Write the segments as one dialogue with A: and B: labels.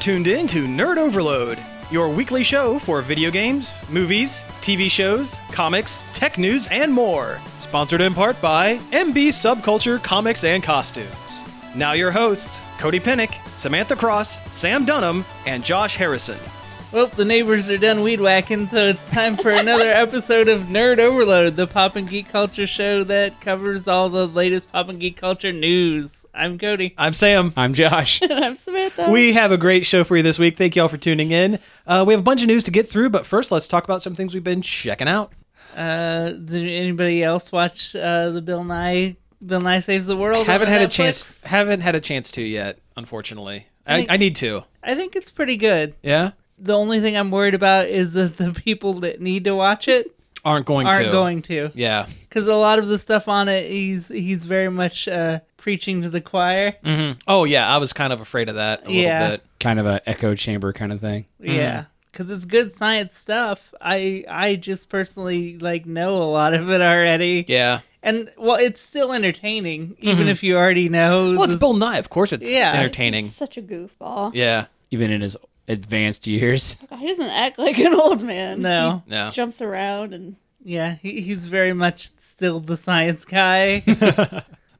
A: tuned in to Nerd Overload, your weekly show for video games, movies, TV shows, comics, tech news, and more. Sponsored in part by MB Subculture Comics and Costumes. Now, your hosts, Cody Pinnick, Samantha Cross, Sam Dunham, and Josh Harrison.
B: Well, the neighbors are done weed whacking, so it's time for another episode of Nerd Overload, the pop and geek culture show that covers all the latest pop and geek culture news. I'm Cody.
A: I'm Sam.
C: I'm Josh.
D: And I'm Samantha.
A: We have a great show for you this week. Thank you all for tuning in. Uh, we have a bunch of news to get through, but first, let's talk about some things we've been checking out.
B: Uh, did anybody else watch uh, the Bill Nye Bill Nye Saves the World?
A: haven't
B: on
A: had a
B: Netflix?
A: chance. Haven't had a chance to yet, unfortunately. I,
B: think-
A: I need to.
B: I think it's pretty good.
A: Yeah,
B: The only thing I'm worried about is that the people that need to watch it
A: aren't going
B: aren't
A: to.
B: going to,
A: Yeah.
B: because a lot of the stuff on it, he's he's very much uh, preaching to the choir.
A: Mm-hmm. Oh yeah, I was kind of afraid of that a
B: Yeah.
A: little bit.
C: Kind of a echo chamber kind of thing.
B: Yeah.
A: Mm.
B: Cause it's good science stuff. I I just personally like know a lot of it already,
A: Yeah. Mm-hmm.
B: and well, it's still entertaining, even if you already know.
A: Well, it's
B: the-
A: Bill Nye, of course. It's
B: Yeah.
A: entertaining.
D: He's such a goofball.
A: Yeah.
C: Even in his advanced years.
D: He doesn't act like an old man.
B: no,
D: He
A: No.
D: jumps around and
B: yeah, he, he's very much still the science guy.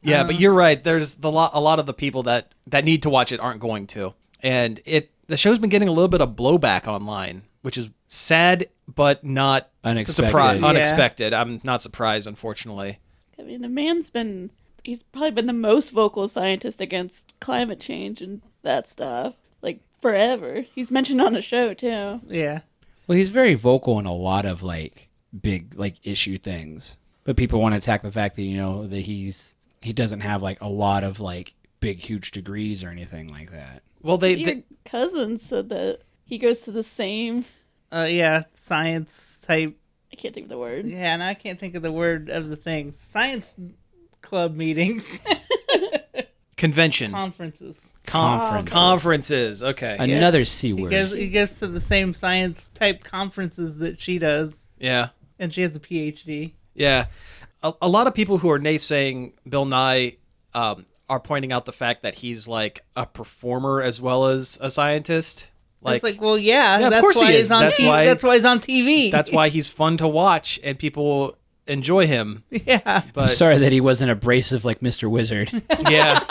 A: Yeah,
B: Um,
A: but you're right. There's the lot. A lot of the people that that need to watch it aren't going to, and it the show's been getting a little bit of blowback online, which is sad but not
C: Unexpected.
A: surpri-
C: Yeah.
A: Unexpected. I'm not surprised, unfortunately.
D: I mean the man's been he's probably been the most vocal scientist against climate change and that stuff. Like forever. He's mentioned on a show too.
B: yeah,
C: Well, he's very vocal in a lot of like big like issue things. But people want to attack the fact that you know that he's he doesn't have like a lot of like big huge degrees or anything like that.
A: Well, they,
D: Your
A: they
D: cousin said that he goes to the same
B: uh, yeah, science type.
D: I can't think of the word.
B: Yeah, and I can't think of the word of the thing. Science club meetings,
A: convention
B: conferences.
A: Conference. conferences. Okay.
C: Another c
B: He
C: word.
B: goes he goes to the same science type conferences that she does,
A: yeah.
B: and she has a PhD.
A: Yeah. A, a lot of people who are naysaying Bill Nye um, are pointing out the fact that he's like a performer as well as a scientist. Like,
B: it's like, well, yeah,
A: Yeah, of
B: that's
A: course he
B: why
A: is.
B: he's on
A: That's
B: TV.
A: why-
B: That's why he's on TV.
A: that's why he's fun to watch and people enjoy him.
B: yeah.
C: I'm
A: But
C: sorry that he wasn't abrasive like Mr. Wizard.
A: yeah,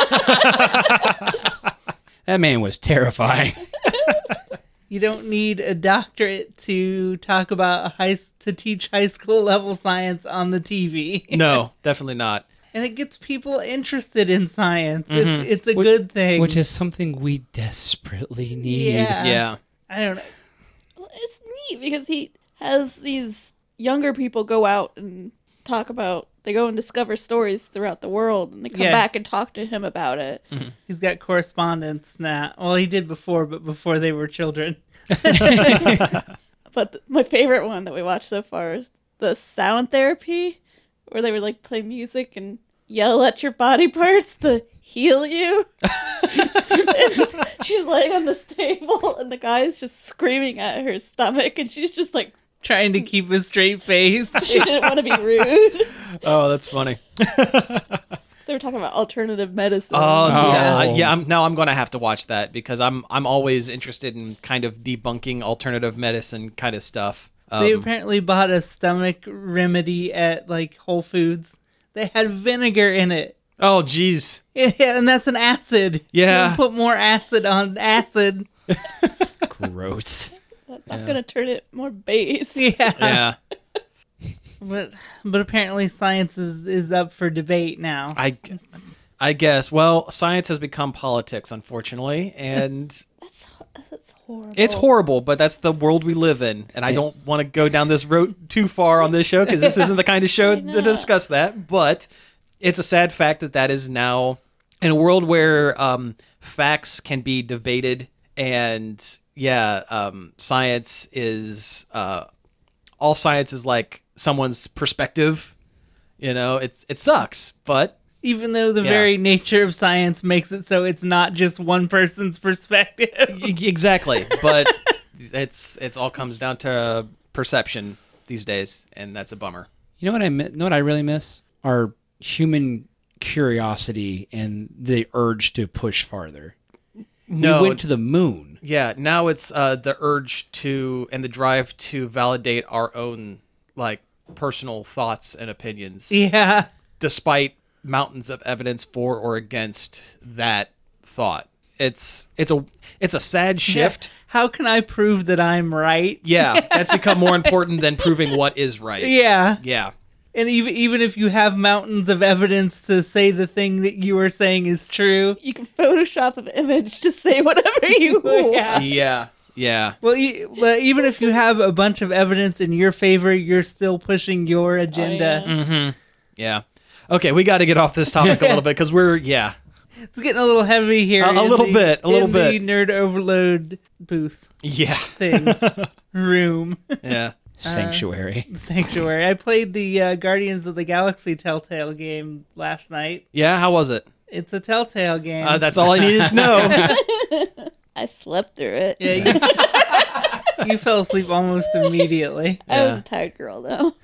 C: that man was terrifying.
B: You don't need a doctorate to talk about high to teach high school level science on the TV,
A: no, definitely not.
B: and it gets people interested in science.
A: Mm-hmm.
B: It's, it's a
C: Which-
B: good thing.
C: Which is something we desperately need.
B: Yeah.
A: Yeah.
B: I don't know.
D: Well, it's neat because he has these younger people go out and talk about they go and discover stories throughout the world and they come
B: Yeah.
D: back and talk to him about it
B: He's got correspondence now. Well, he did before, but before they were children.
D: but th- my favorite one that we watched so far is the sound therapy where they would like play music and yell at your body parts to heal you And it's- she's laying on this table and the guy is just screaming at her stomach and she's just like
B: Trying to keep a straight face.
D: she didn't want to be rude
A: Oh, that's funny.
D: they were talking about alternative medicine
A: Oh, see,
C: Oh.
A: that- I- yeah. I'm, now I'm going to have to watch that because I'm I'm always interested in kind of debunking alternative medicine kind of stuff.
B: They
A: Um,
B: apparently bought a stomach remedy at like Whole Foods. They had vinegar in it.
A: oh, geez.
B: Yeah, and that's an acid.
A: Yeah.
B: You don't put more acid on acid.
C: Gross.
D: That's not gonna turn it more base.
B: Yeah.
A: Yeah.
B: But but apparently science is, is up for debate now.
A: I, I guess. Well, science has become politics, unfortunately, and
D: That's that's horrible.
A: it's horrible. But that's the world we live in, and I don't want to go down this road too far on this show because this isn't the kind of show to
D: not?
A: discuss that. But it's a sad fact that that is now in a world where um, facts can be debated, and yeah, um, science is uh, all science is like someone's perspective. You know, it's it sucks, but
B: Even though the
A: Yeah.
B: very nature of science makes it so it's not just one person's perspective.
A: E- exactly but it's it's all comes down to uh, perception these days and that's a bummer
C: You know what I mi- know what I really miss are human curiosity and the urge to push farther.
A: No.
C: We went to the moon.
A: Yeah, now it's uh, the urge to and the drive to validate our own like personal thoughts and opinions,
C: E-,
B: Yeah.
A: despite mountains of evidence for or against that thought. It's it's a it's a sad shift.
B: How can I prove that I'm right?
A: Yeah, that's become more important than proving what is right.
B: Yeah.
A: yeah,
B: And even even if you have mountains of evidence to say the thing that you are saying is true.
D: You can Photoshop an image to say whatever you want.
B: Yeah.
A: yeah. yeah.
B: Well, e- well, even if you have a bunch of evidence in your favor, you're still pushing your agenda.
D: yeah.
A: Mm-hmm. Yeah. Okay, we got to get off this topic a little bit because we're yeah.
B: It's getting a little heavy here.
A: A- a
B: in
A: little
B: the-
A: bit, a little
B: in
A: bit.
B: The nerd overload booth
A: Yeah.
B: thing room
A: Yeah.
C: Sanctuary.
B: sanctuary. I played the uh, Guardians of the Galaxy Telltale game last night.
A: Yeah, how was it?
B: It's a Telltale game.
A: Uh, that's all I needed to know.
D: I slept through it.
B: yeah, you, you fell asleep almost immediately.
D: I was
A: Yeah.
D: a tired girl though.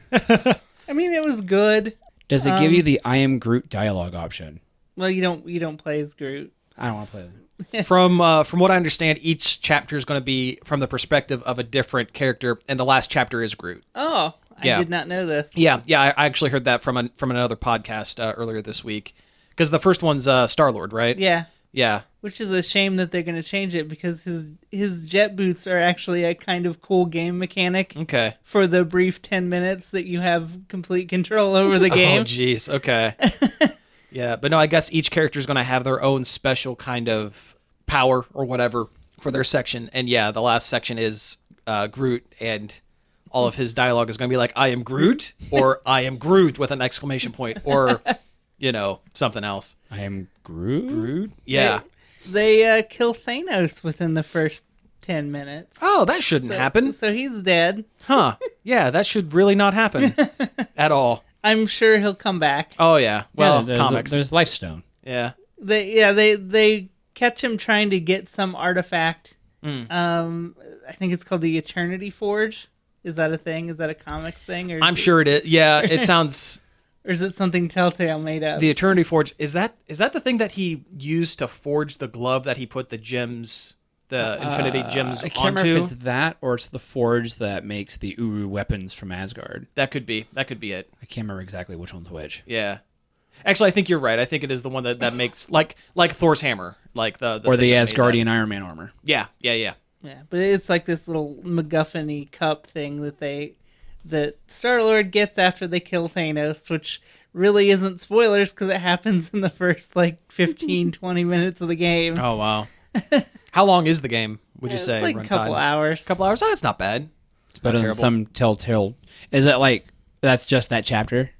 B: I mean, it was good.
C: Does it give
B: Um,
C: you the I am Groot dialogue option?
B: Well, you don't you don't play as Groot.
C: I don't want to play that.
A: from uh, from what I understand, each chapter is going to be from the perspective of a different character, and the last chapter is Groot.
B: Oh, I
A: Yeah.
B: did not know this.
A: Yeah, yeah. I, I actually heard that from an, from another podcast uh, earlier this week because the first one's uh, Star Lord, right?
B: Yeah.
A: yeah,
B: Which is a shame that they're going to change it because his his jet boots are actually a kind of cool game mechanic
A: okay.
B: for the brief 10 minutes that you have complete control over the
A: Oh,
B: game.
A: jeez. Okay. yeah, but no, I guess each character is going to have their own special kind of power or whatever for their section, and yeah, the last section is uh, Groot and. All of his dialogue is going to be like "I am Groot" or "I am Groot" with an exclamation point, or you know something else.
C: I am Groot.
A: Groot? Yeah.
B: they uh, kill Thanos within the first 10 minutes.
A: Oh, that shouldn't
B: So-
A: happen.
B: So he's dead.
A: Huh. Yeah, that should really not happen at all.
B: I'm sure he'll come back.
A: Oh, yeah. Well,
C: yeah, there's,
A: comics.
C: There's Lifestone.
A: yeah.
B: They yeah, they they catch him trying to get some artifact.
A: Mm.
B: Um I think it's called the Eternity Forge. Is that a thing? Is that a comic thing or
A: I'm sure it is. Yeah, it sounds.
B: or is it something Telltale made up?
A: The Eternity Forge is that is that the thing that he used to forge the glove that he put the gems, the Infinity
C: Uh,
A: Gems
C: I can't
A: onto?
C: remember if it's that or it's the forge that makes the Uru weapons from Asgard.
A: That could be. That could be it.
C: I can't remember exactly which one's which.
A: Yeah. Actually, I think you're right. I think it is the one that, that makes like like Thor's hammer, like the,
C: or
A: thing
C: the
A: that made that.
C: Asgardian Iron Man armor.
A: Yeah, yeah, yeah.
B: Yeah, but it's like this little MacGuffin-y cup thing that they that Star Lord gets after they kill Thanos, which really isn't spoilers because it happens in the first like 15, 20 minutes of the game.
A: Oh wow. How long is the game? Would you
D: It's
A: say?
B: like a
A: runtime?
B: couple hours.
A: couple hours. Oh, that's not bad.
C: It's better than
A: terrible.
C: some Telltale. Is that like that's just that chapter?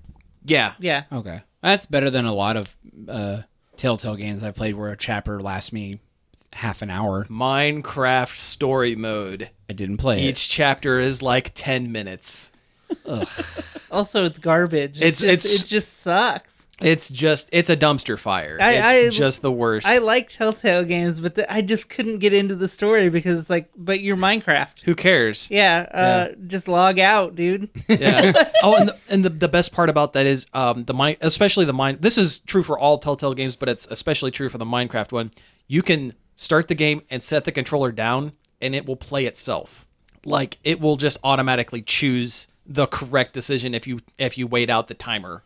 A: Yeah,
B: Yeah,
C: Okay, that's better than a lot of uh, Telltale games I've played where a chapter lasts me half an hour.
A: Minecraft story mode.
C: I didn't play
A: Each chapter is like 10 minutes.
C: it. Ugh.
B: Also, it's garbage.
A: It's-
B: just-
A: it's-
B: it just sucks.
A: It's just it's a dumpster fire.
B: I-
A: it's
B: I-
A: just the worst.
B: I like Telltale games, but the, I just couldn't get into the story because it's like, but you're Minecraft.
A: Who cares?
B: Yeah, uh, just log out, dude.
A: Yeah. oh, and the, and the, the best part about that is um the mine especially the mine this is true for all Telltale games, but it's especially true for the Minecraft one. You can start the game and set the controller down and it will play itself. Like it will just automatically choose the correct decision if you if you wait out the timer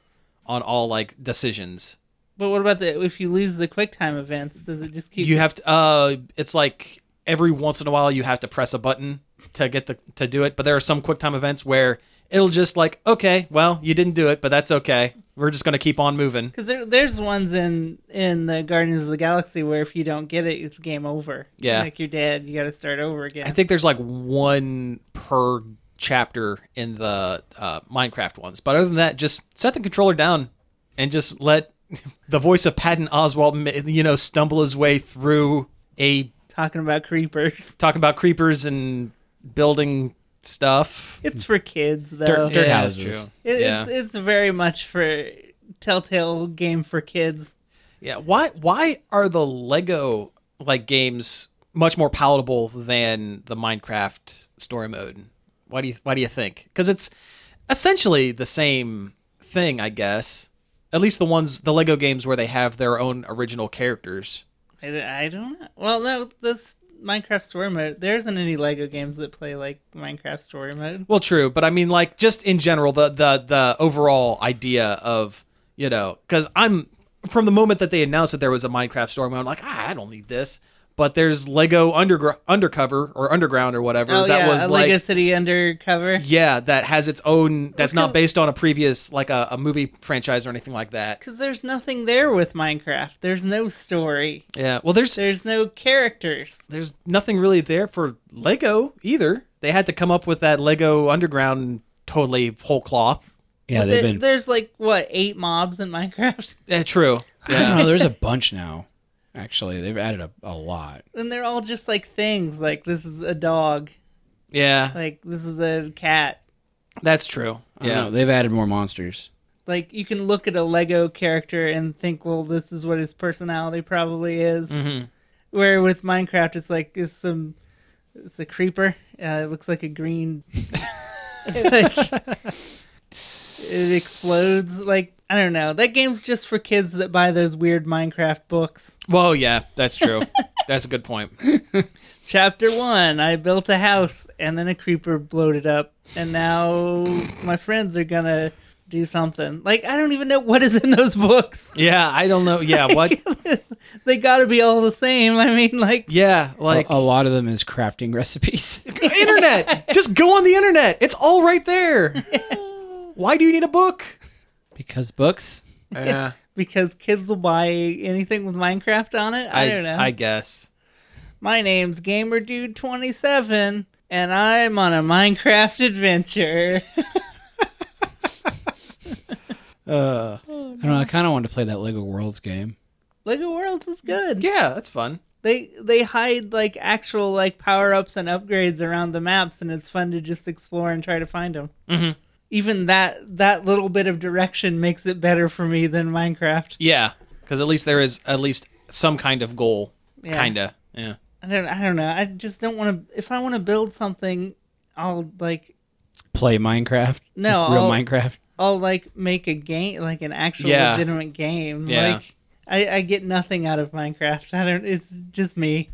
A: on all like decisions.
B: but what about the if you lose the QuickTime events? Does it just keep
A: you have to uh it's like every once in a while you have to press a button to get the to do it but there are some quicktime events where it'll just like okay well you didn't do it but that's okay we're just going to keep on moving
B: Because there, there's ones in in the Guardians of the Galaxy where if you don't get it, it's game over.
A: Yeah.
B: like you're dead. You got to start over again.
A: i think there's like one per chapter in the uh, minecraft ones but other than that just set the controller down and just let the voice of patton oswald you know stumble his way through a
B: Talking about creepers,
A: talking about creepers and building stuff
B: it's for kids though.
C: Dirt- dirt
A: Yeah, that's
C: houses.
A: true.
B: It,
A: yeah.
B: It's it's very much for Telltale game for kids.
A: Yeah, why why are the Lego like games much more palatable than the Minecraft story mode? Why do you why do you think? Cuz it's essentially the same thing, I guess. At least the ones the Lego games where they have their own original characters.
B: I I, I don't know. Well, no, this Minecraft story mode. There isn't any Lego games that play like Minecraft story mode.
A: Well, true, but I mean, like, just in general, the the the overall idea of you know, because I'm from the moment that they announced that there was a Minecraft story mode, I'm like, ah, I don't need this. But there's Lego undergr- undercover or underground or whatever
B: Oh
A: that
B: yeah,
A: was
B: a
A: like,
B: Lego City Undercover.
A: yeah, that has its own. That's
B: Well,
A: not based on a previous like a, a movie franchise or anything like that.
B: Because there's nothing there with Minecraft. There's no story.
A: Yeah, well, there's
B: There's no characters.
A: there's nothing really there for Lego either. They had to come up with that Lego underground totally whole cloth.
C: Yeah,
B: But
C: they've
B: there-
C: been.
B: There's like what eight mobs in Minecraft,
A: Yeah, true.
C: I
A: Yeah.
C: don't know. There's a bunch now. Actually, they've added a, a lot.
B: and they're all just like things. Like this is a dog.
A: yeah.
B: Like this is a cat.
A: That's true.
C: I don't know, they've added more monsters.
B: Like you can look at a Lego character and think, well, this is what his personality probably is.
C: Mm-hmm.
A: Mhm.
B: Where with Minecraft, it's like it's some, it's a creeper. Uh, it looks like a green. like, it explodes. Like I don't know. That game's just for kids that buy those weird Minecraft books.
A: Well, yeah, that's true. that's a good point.
B: Chapter one: I built a house, and then a creeper blowed it up, and now my friends are gonna do something. Like I don't even know what is in those books.
A: Yeah, I don't know. Yeah, what?
B: they got to be all the same. I mean, like
A: Yeah, like
C: Like
B: Oh,
C: a, lot of them is crafting recipes.
A: internet. Just go on the internet. It's all right there. Why do you need a book?
C: because books.
A: Yeah,
B: because kids will buy anything with Minecraft on it. I, don't know.
A: I guess.
B: My name's Gamer Dude 27 and I'm on a Minecraft adventure.
A: Uh,
C: I don't know. I kind of want to play that Lego Worlds game.
B: Lego Worlds is good.
A: yeah, that's fun.
B: They they hide like actual like power-ups and upgrades around the maps and it's fun to just explore and try to find them.
A: Mhm.
B: Even that that little bit of direction makes it better for me than Minecraft.
A: Yeah, because at least there is at least some kind of goal.
B: Yeah.
A: Kinda. Yeah.
B: I don't I don't know. I just don't want to if I want to build something I'll like
C: Play Minecraft.
B: No,
C: Like, real
B: I'll-
C: Minecraft.
B: I'll like make a game, like an actual
A: Yeah.
B: legitimate game.
A: Yeah.
B: Like I, I get nothing out of Minecraft. I don't. It's just me.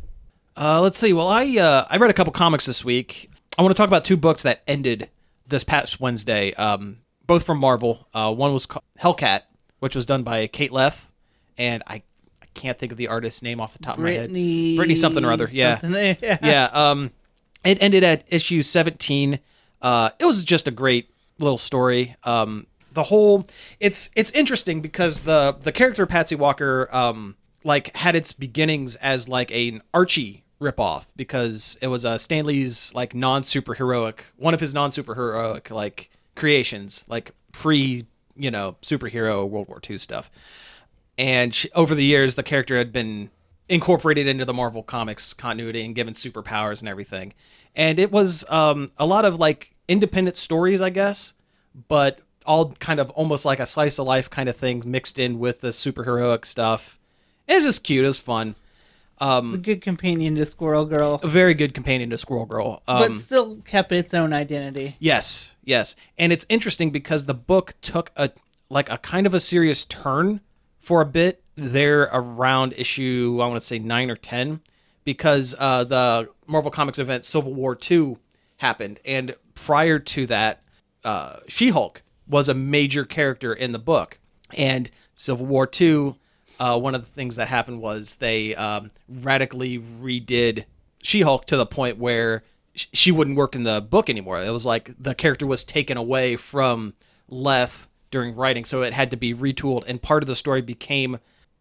A: Uh, let's see. Well, I uh, I read a couple comics this week. I want to talk about two books that ended this past Wednesday. Um, both from Marvel. Uh, one was ca- Hellcat, which was done by Kate Leff, and I I can't think of the artist's name off the top of my head.
B: Brittany.
A: Brittany something or other, yeah.
B: something, yeah.
A: Yeah. Um, it ended at issue seventeen. Uh, it was just a great little story. Um, the whole it's it's interesting because the the character Patsy Walker um like had its beginnings as like an Archie ripoff because it was uh, Stanley's like non superheroic one of his non superheroic like creations like pre you know superhero World War II stuff and she, over the years the character had been incorporated into the marvel comics continuity and given superpowers and everything and it was um, a lot of like independent stories i guess but all kind of almost like a slice of life kind of thing mixed in with the superheroic stuff it was just cute it was fun
B: It's a good companion to Squirrel Girl,
A: a very good companion to squirrel girl um,
B: but still kept its own identity.
A: Yes, yes. And it's interesting because the book took a like a kind of a serious turn for a bit there around issue I want to say 9 or 10 because uh the Marvel Comics event Civil War 2 happened and prior to that uh She-Hulk was a major character in the book and Civil War 2 uh, one of the things that happened was they um, radically redid She-Hulk to the point where sh- she wouldn't work in the book anymore. It was like the character was taken away from Leth during writing, so it had to be retooled. And part of the story became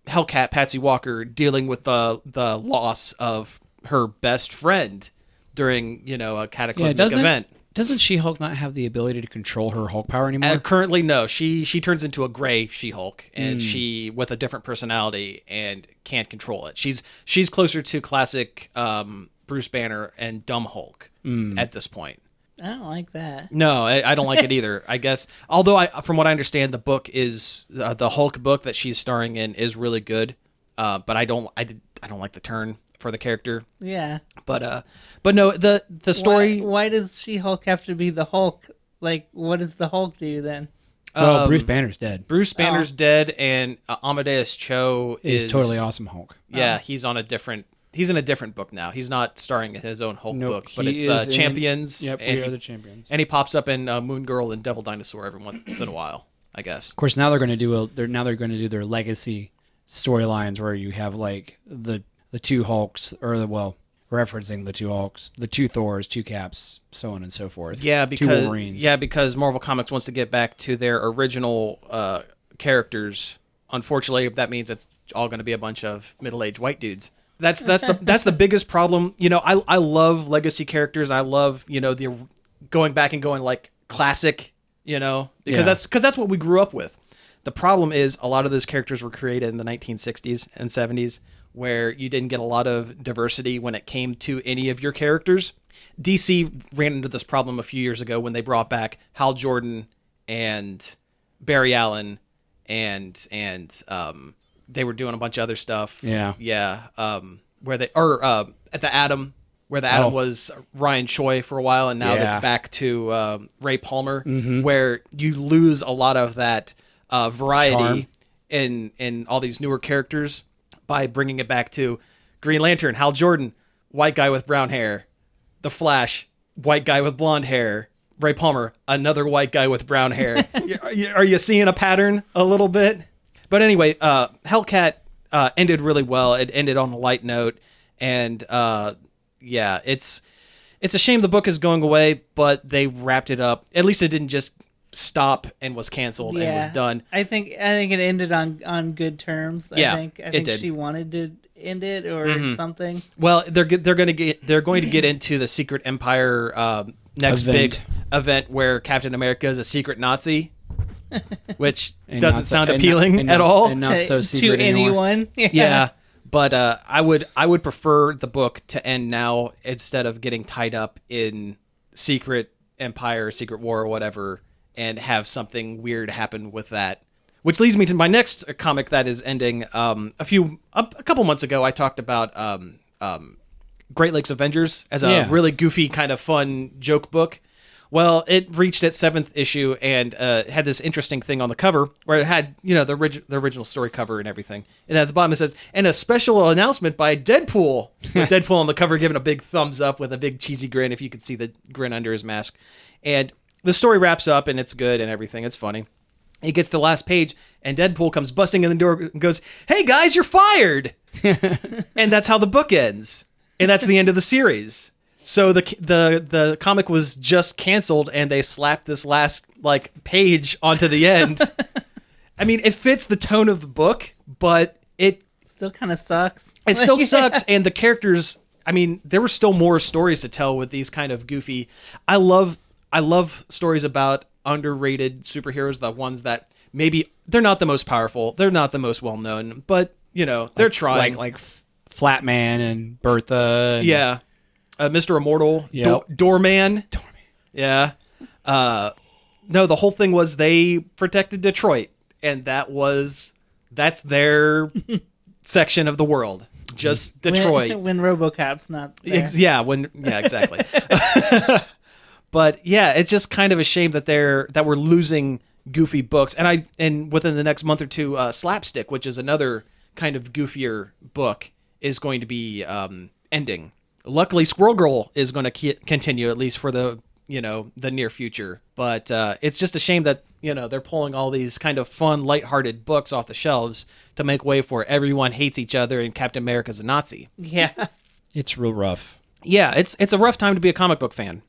A: Hellcat Patsy Walker dealing with the the loss of her best friend during you know a cataclysmic
C: doesn't
A: event.
C: doesn't She Hulk not have the ability to control her Hulk power anymore?
A: Uh, currently, no. She she turns into a gray She-Hulk,
C: Hmm.
A: and she with a different personality and can't control it. She's she's closer to classic um, Bruce Banner and Dumb Hulk
C: Hmm.
A: at this point.
B: I don't like that.
A: No, I, I don't like it either. I guess although I from what I understand, the book is uh, the Hulk book that she's starring in is really good, uh, but I don't I did, I don't like the turn for the character.
B: Yeah.
A: But uh, but no, the the story.
B: Why, why does She Hulk have to be the Hulk? Like, what does the Hulk do then?
C: Well,
A: Um,
C: Bruce Banner's dead.
A: Bruce Banner's dead, and uh, Amadeus Cho
C: He's
A: is
C: totally awesome Hulk.
A: Yeah, he's on a different. He's in a different book now. He's not starring in his own Hulk
C: No,
A: book, but
C: he
A: it's uh,
C: is in-
A: Champions.
C: Yep,
A: and,
C: we are
A: he,
C: the champions.
A: and he pops up in uh, Moon Girl and Devil Dinosaur every once in a while, I guess.
C: Of course, now they're going to do a. They're now they're going to do their legacy storylines where you have like the the two Hulks or the well referencing the two Hulks, the two Thors, two Caps, so on and so forth.
A: Yeah,
C: two
A: because
C: Wolverines.
A: yeah, because Marvel Comics wants to get back to their original uh, characters. Unfortunately, that means it's all going to be a bunch of middle-aged white dudes. That's that's the that's the biggest problem. You know, I I love legacy characters. I love you know the going back and going like classic. You know, because
C: Yeah.
A: that's because that's what we grew up with. The problem is a lot of those characters were created in the 1960s and 70s where you didn't get a lot of diversity when it came to any of your characters. DC ran into this problem a few years ago when they brought back Hal Jordan and Barry Allen and and um they were doing a bunch of other stuff.
C: Yeah.
A: Yeah, um where they or uh, at the Atom where the Atom
C: Oh.
A: was Ryan Choi for a while and now that's
C: Yeah.
A: back back to um, Ray Palmer, where you lose a lot of that uh, variety
C: Charm.
A: in in all these newer characters by bringing it back to Green Lantern, Hal Jordan, white guy with brown hair, The Flash, white guy with blonde hair, Ray Palmer, another white guy with brown hair. Y- are you- are you seeing a pattern a little bit? But anyway, uh, Hellcat uh, ended really well. It ended on a light note, and uh, yeah, it's it's a shame the book is going away, but they wrapped it up. At least it didn't just stop and was canceled and was done.
B: I think I think it ended on on good terms. I
A: Yeah,
B: think I
A: it
B: think
A: did. Mm-hmm.
B: she wanted to end it or something.
A: Well, they're g- they're going to get they're going to get into the Secret Empire um, next
C: Event.
A: big event where Captain America is a secret Nazi, which
C: And
A: doesn't
C: not so-
A: sound
C: and not-
A: appealing
C: and
A: at
C: not-
A: all.
C: and not
B: to,
C: so
B: to
C: secret anymore.
B: anyone. Yeah.
A: yeah but uh, i would i would prefer the book to end now instead of getting tied up in secret empire secret war or whatever and have something weird happen with that which leads me to my next comic that is ending um, a few a, a couple months ago i talked about um, um, great lakes avengers as a
C: Yeah.
A: really goofy kind of fun joke book well, it reached its seventh issue and uh, had this interesting thing on the cover where it had, you know, the, orig- the original story cover and everything. And at the bottom it says, and a special announcement by Deadpool. With Deadpool on the cover giving a big thumbs up with a big cheesy grin, if you could see the grin under his mask. And the story wraps up and it's good and everything. It's funny. It gets to the last page and Deadpool comes busting in the door and goes, hey guys, you're fired and that's how the book ends and that's the end of the series so the the the comic was just canceled and they slapped this last like page onto the end i mean it fits the tone of the book but it
B: Still kind of sucks.
A: it still
B: Yeah.
A: sucks and the characters i mean there were still more stories to tell with these kind of goofy i love i love stories about underrated superheroes the ones that maybe they're not the most powerful they're not the most well known but you know they're trying
C: Like like F- Flatman and Bertha. And
A: Yeah. Uh, Mr. Immortal,
C: Yep.
A: Do- Doorman. Yeah. Uh, no, the whole thing was they protected Detroit, and that was that's their section of the world, just
B: When-
A: Detroit.
B: when, RoboCop's not there.
A: Ex- yeah, when yeah, exactly. but yeah, it's just kind of a shame that they're that we're losing goofy books. And I and within the next month or two, uh, Slapstick, which is another kind of goofier book, is going to be um, ending. Luckily, Squirrel Girl is going to ki- continue at least for the you know the near future. But uh, it's just a shame that you know they're pulling all these kind of fun, lighthearted books off the shelves to make way for everyone hates each other and Captain America's a Nazi
B: yeah.
C: it's real rough,
A: yeah, it's it's a rough time to be a comic book fan.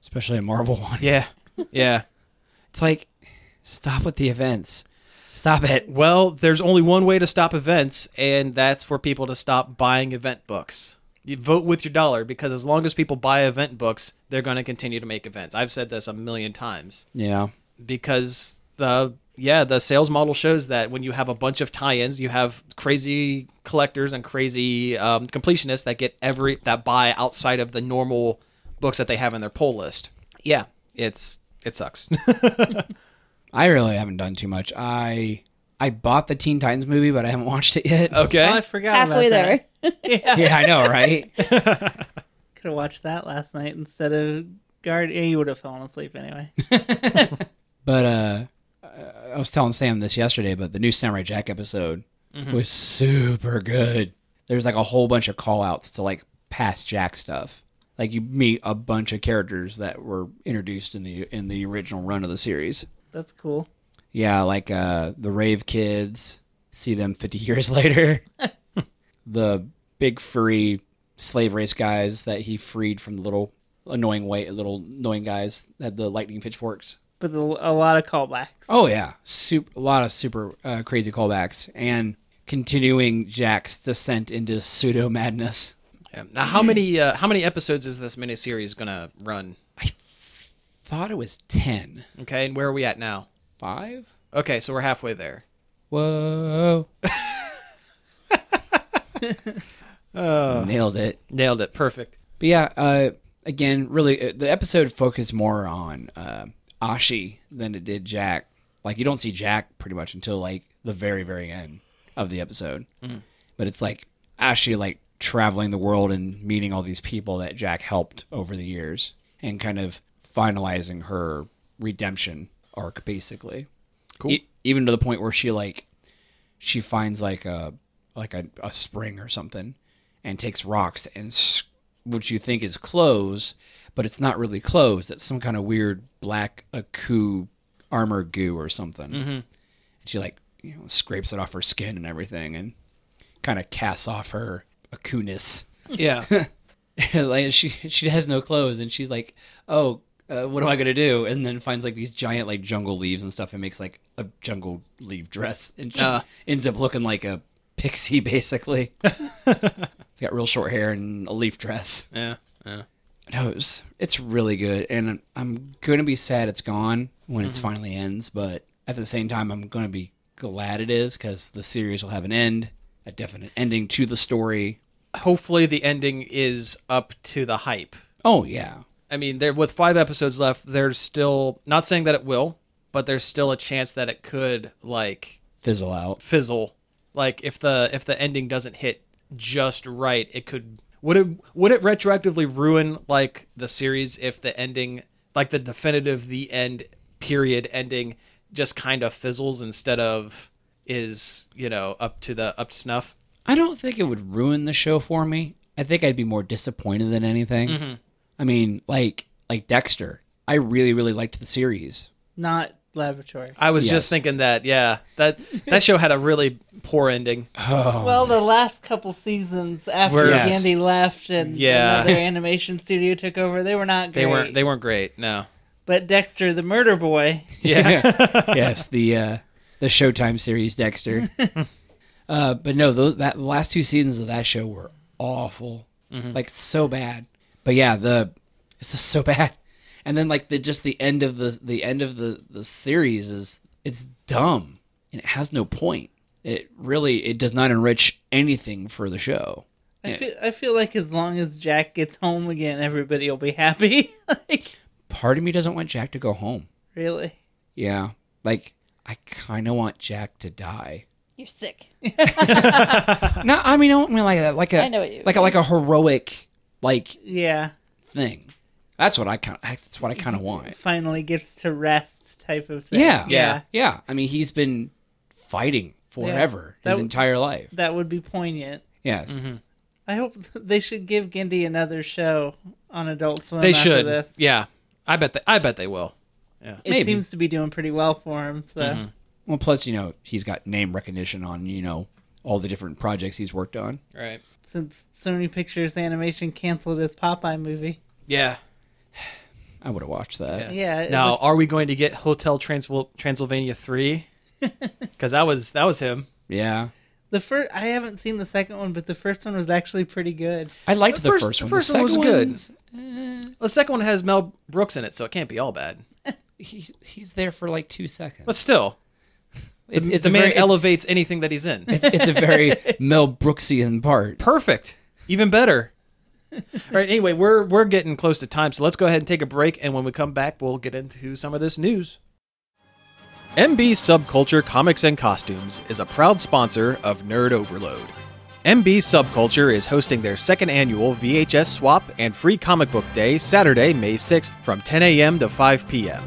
C: especially a Marvel one.
A: Yeah. Yeah.
C: It's like, stop with the events. Stop it.
A: well, there's only one way to stop events, and that's for people to stop buying event books. You vote with your dollar because as long as people buy event books, they're going to continue to make events. I've said this a million times
C: Yeah.
A: because the yeah, the sales model shows that when you have a bunch of tie-ins, you have crazy collectors and crazy um, completionists that get every that buy outside of the normal books that they have in their pull list. Yeah, it's it sucks.
C: I really haven't done too much. I I bought the Teen Titans movie, but I haven't watched it yet.
A: okay.
B: Oh, I forgot
D: Halfway
B: about that.
D: there.
C: Yeah, I know, right?
B: Could have watched that last night instead of Guard. Yeah, you would have fallen asleep anyway.
C: But uh uh, I was telling Sam this yesterday, but the new Samurai Jack episode was super good. There's like a whole bunch of call outs to like past Jack stuff. Like you meet a bunch of characters that were introduced in the in the original run of the series.
B: That's cool.
C: Yeah, like uh, the Rave Kids. See them 50 years later. the big furry slave race guys that he freed from the little annoying way, little annoying guys had the lightning pitchforks.
B: But a a lot of callbacks.
C: Oh yeah, super a lot of super uh, crazy callbacks and continuing Jack's descent into pseudo madness.
A: Yeah. Now, how many uh, how many episodes is this miniseries gonna run?
C: Thought it was ten
A: Okay, and where are we at now?
C: five.
A: Okay, so we're halfway there.
C: Whoa! Nailed it.
A: Nailed it. Perfect.
C: But yeah, uh, again, really, uh, the episode focused more on uh, Ashi than it did Jack. Like, you don't see Jack pretty much until like the very, very end of the episode. But it's like Ashi like traveling the world and meeting all these people that Jack helped over the years, and kind of finalizing her redemption arc, basically.
A: Cool.
C: E- even to the point where she like she finds like a like a, a spring or something and takes rocks and s- what you think is clothes but it's not really clothes it's some kind of weird black aku armor goo or something and she like you know scrapes it off her skin and everything and kind of casts off her akuness
A: Yeah.
C: like she she has no clothes and she's like oh uh, what am i gonna do and then finds like these giant like jungle leaves and stuff and makes like a jungle leaf dress and she
A: Uh.
C: ends up looking like a pixie basically it's got real short hair and a leaf dress
A: yeah. Yeah.
C: no it was, it's really good and I'm, I'm gonna be sad it's gone when it's finally ends but at the same time i'm gonna be glad it is because the series will have an end a definite ending to the story
A: Hopefully, the ending is up to the hype.
C: oh yeah
A: I mean, there with five episodes left, there's still not saying that it will, but there's still a chance that it could like
C: fizzle out
A: fizzle. Like if the if the ending doesn't hit just right, it could would it would it retroactively ruin like the series if the ending like the definitive the end period ending just kind of fizzles instead of is you know up to the up to snuff.
C: I don't think it would ruin the show for me. I think I'd be more disappointed than anything. I mean, like like Dexter. I really really liked the series.
B: Not laboratory.
A: I was
C: Yes.
A: just thinking that yeah that that show had a really poor ending.
C: Oh.
B: Well, the last couple seasons after
A: Were-
C: Yes.
B: Gandhi left and
A: Yeah.
B: another animation studio took over, they were not great.
A: They weren't they weren't great. No.
B: But Dexter, the murder boy,
A: Yeah.
C: yes, the uh the Showtime series Dexter. uh but no, those that last two seasons of that show were awful. Like so bad. But yeah, the it's just so bad. And then like the just the end of the the end of the the series is it's dumb and it has no point. It really it does not enrich anything for the show.
B: I
C: Yeah.
B: feel I feel like as long as Jack gets home again, everybody will be happy. like
C: Part of me doesn't want Jack to go home.
B: really,
C: Yeah. Like I kind of want Jack to die.
D: You're sick.
C: No, I mean I don't mean like that. Like a
D: I know what you
C: like a,
D: mean.
C: like a heroic like
B: yeah,
C: thing. That's what I kind of that's what I
A: Mm-hmm.
C: kind of want.
B: finally gets to rest type of thing.
C: Yeah.
A: Yeah.
C: Yeah, I mean he's been fighting forever
B: That
C: his
B: w-
C: entire life.
B: that would be poignant.
C: Yes.
A: Mm-hmm.
B: I hope they should give Gandhi another show on Adult Swim.
A: They
B: after
A: should.
B: This.
A: Yeah. I bet they, I bet they will.
B: It
C: Maybe.
B: seems to be doing pretty well for him. So
A: Mm-hmm.
C: Well, plus you know he's got name recognition on you know all the different projects he's worked on.
A: Right.
B: since Sony Pictures Animation canceled his Popeye movie,
A: Yeah.
C: I would have watched that.
B: yeah, it
A: Now,
B: was-
A: are we going to get Hotel Transl- Transylvania 3? Cuz that was that was him.
C: Yeah.
B: the first I haven't seen the second one, but the first one was actually pretty good.
C: I liked
A: The
C: the first,
A: first-
C: one.
A: the first one was
C: second
A: good.
C: one's-
A: The second one has Mel Brooks in it, so it can't be all bad.
C: He's he's there for like two seconds.
A: But still,
C: It's, it's
A: the
C: a
A: man
C: very, it's-
A: elevates anything that he's in.
C: It's, it's a very Mel Brooksian part.
A: Perfect. Even better. all right, anyway, we're we're getting close to time, so let's go ahead and take a break and when we come back, we'll get into some of this news. MB Subculture Comics and Costumes is a proud sponsor of Nerd Overload. MB Subculture is hosting their second annual VHS swap and free comic book day Saturday, May 6th from 10 a.m. to 5 p.m.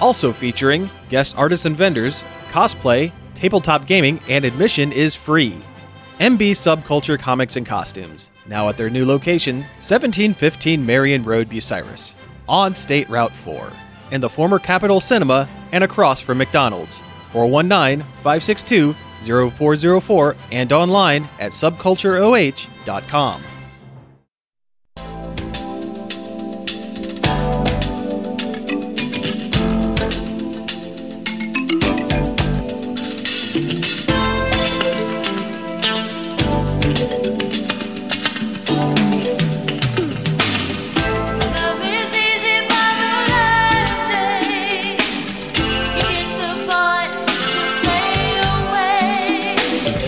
A: also featuring guest artists and vendors, cosplay, tabletop gaming, and admission is free. MB Subculture Comics and Costumes, now at their new location, 1715 Marion Road, Bucyrus, on State Route 4, in the former Capitol Cinema and across from McDonald's, 419 562 0404, and online at subcultureoh.com.
E: Love is easy by the light of day. Get the boys to play away.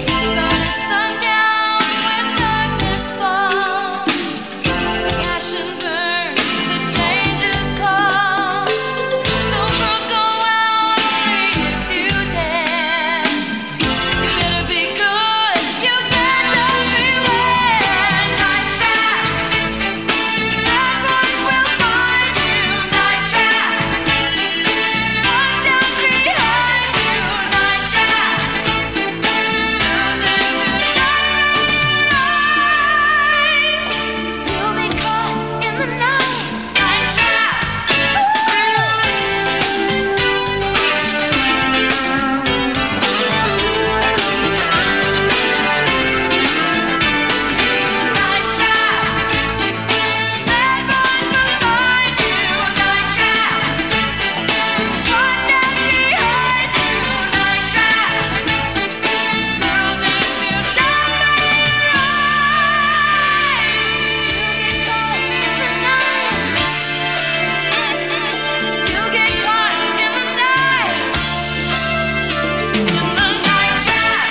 E: But at sundown when darkness falls, ash and burn the change of call. So girls go out if you dare. You better be good. You better beware, night child. Bad boys will find you, night child. Watch out behind you, night child. Cause if you turn right, you'll be caught in the night, night child. Night child. Bad boys will find you, night child. Watch out behind you, night child. Girls, if you don't right, you get caught in the night. You get caught in the night. In the night child.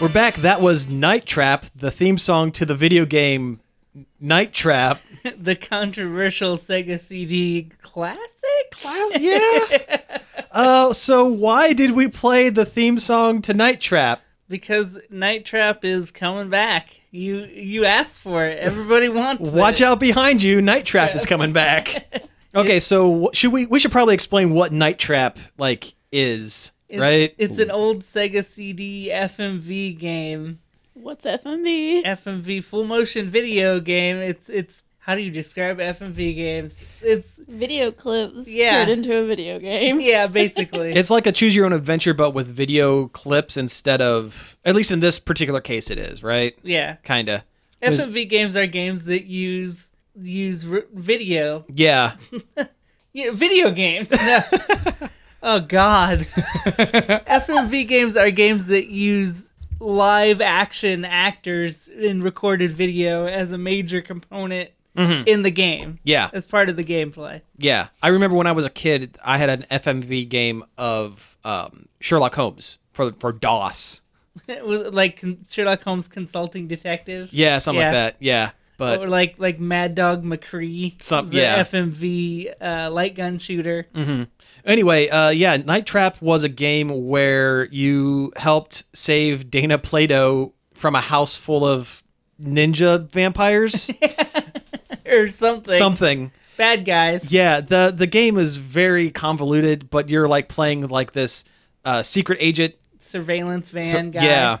A: We're back. That was Night Trap, the theme song to the video game Night Trap.
B: the controversial Sega CD classic.
A: yeah. uh, so why did we play the theme song to Night Trap?
B: Because Night Trap is coming back. You you asked for it. Everybody wants
A: Watch
B: it.
A: out behind you! Night Trap is coming back. Okay, so wh- should we? We should probably explain what Night Trap like is,
B: It's-
A: right?
B: It's an old Sega CD FMV game.
D: What's FMV?
B: FMV full motion video game. It's it's how do you describe FMV games? It's
D: Video clips
B: Yeah.
D: turned into a video game.
B: yeah, basically.
A: It's like a choose your own adventure, but with video clips instead of, at least in this particular case, it is right.
B: yeah.
A: Kinda,
B: FMV games are games that use use r- video.
A: yeah.
B: Yeah, video games. No. oh god. FMV games are games that use live action actors in recorded video as a major component
A: Mhm.
B: in the game
A: Yeah,
B: as part of the gameplay.
A: yeah. I remember when I was a kid, I had an FMV game of um, Sherlock Holmes for for DOS.
B: It was like con- Sherlock Holmes consulting detective.
A: Yeah, something
B: Yeah.
A: like that. Yeah, but
B: or like like Mad Dog McCree,
A: Some-
B: the
A: yeah. Mm.
B: FMV uh, light gun shooter.
A: Anyway, uh, yeah, Night Trap was a game where you helped save Dana Plato from a house full of ninja vampires,
B: or something.
A: something.
B: bad guys.
A: Yeah, the the game is very convoluted, but you're like playing like this uh, secret agent.
B: Surveillance
A: so-
B: van guy.
A: Yeah,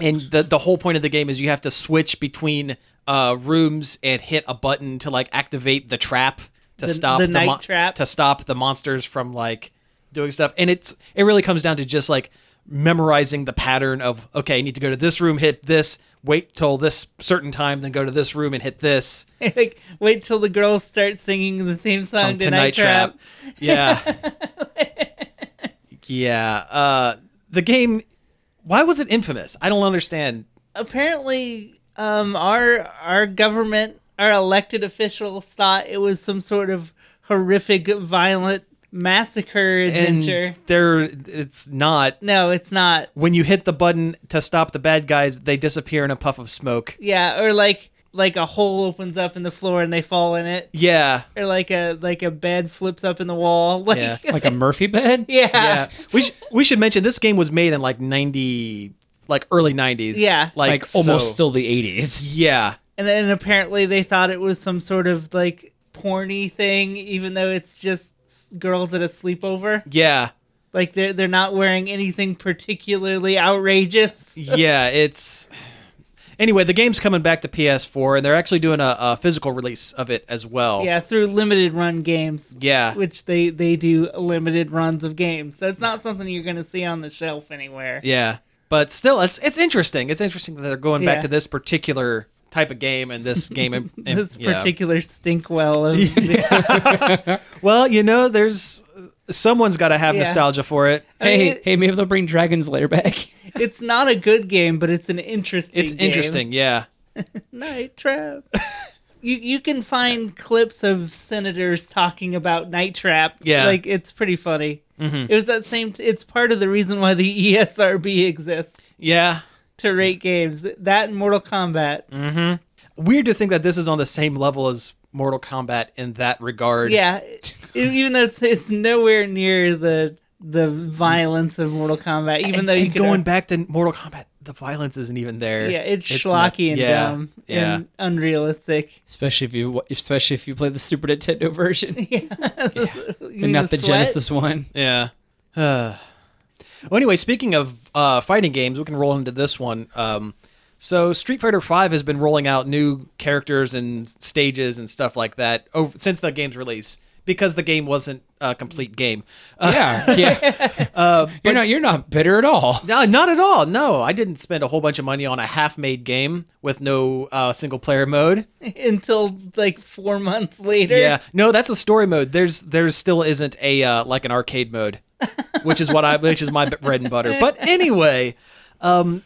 A: and the the whole point of the game is you have to switch between uh, rooms and hit a button to like activate the trap to
B: The-
A: stop
B: the night trap.
A: to stop the monsters from like doing stuff. And it's it really comes down to just like memorizing the pattern of okay, I need to go to this room, hit this, wait till this certain time, then go to this room and hit this.
B: like wait till the girls start singing the same song
A: From
B: to Night Trap.
A: Yeah. yeah. Uh, the game. Why was it infamous? I don't understand.
B: Apparently, um, our our government, our elected officials thought it was some sort of horrific, violent massacre
A: And
B: adventure.
A: there, it's not.
B: No, it's not.
A: When you hit the button to stop the bad guys, they disappear in a puff of smoke.
B: Yeah, or like like a hole opens up in the floor and they fall in it,
A: Yeah.
B: or like a like a bed flips up in the wall. Like,
A: Yeah.
C: like a Murphy bed.
B: yeah.
A: Yeah. we sh- we should mention this game was made in like ninety, like early nineties.
B: Yeah.
A: Like,
C: Like, almost
A: so-
C: still the '80s.
A: Yeah.
B: And then apparently they thought it was some sort of like porny thing, even though it's just s- girls at a sleepover.
A: Yeah.
B: Like they're they're not wearing anything particularly outrageous.
A: yeah, it's anyway. The game's coming back to PS4, and they're actually doing a, a physical release of it as well.
B: Yeah, through limited run games,
A: yeah,
B: which they they do limited runs of games. So it's not something you're going to see on the shelf anywhere.
A: yeah. But still, it's it's interesting. It's interesting that they're going
B: Yeah.
A: back to this particular type of game and this game. in- in-
B: This
A: yeah.
B: particular stink well of
A: Well, you know, there's someone's got to have
B: Yeah.
A: nostalgia for it.
B: I mean,
C: Hey,
B: it-
C: hey, maybe they'll bring Dragon's Lair back.
B: it's not a good game, but it's an interesting.
A: It's
B: game.
A: interesting. Yeah,
B: Night Trap. you you can find clips of senators talking about Night Trap.
A: Yeah.
B: like it's pretty funny.
A: Mm-hmm.
B: It was that same. it's part of the reason why the E ESRB exists
A: yeah.
B: to rate games. That and Mortal Kombat.
A: Mm-hmm. Weird to think that this is on the same level as Mortal Kombat in that regard.
B: Yeah, e- even though it's, it's nowhere near the the violence of Mortal Kombat, even
A: and,
B: though you
A: and
B: could
A: going back to Mortal Kombat, the violence isn't even there.
B: yeah, it's,
A: not-
B: schlocky and
A: yeah,
B: dumb
A: Yeah,
B: and unrealistic.
C: Especially if you, especially if you play the Super Nintendo version
B: Yeah, You mean
C: and not the,
B: sweat?
C: Genesis one.
A: Yeah. well, anyway, speaking of uh, fighting games, we can roll into this one. Um, so, Street Fighter V has been rolling out new characters and stages and stuff like that over, since the game's release because the game wasn't a complete game. Uh,
C: Yeah, yeah. you're not you're not bitter at all.
A: no, not at all. No, I didn't spend a whole bunch of money on a half-made game with no uh, single-player mode.
B: until like four months later.
A: Yeah, no, that's a story mode. There's there still isn't a uh, like an arcade mode, which is what I which is my bread and butter. But anyway, um,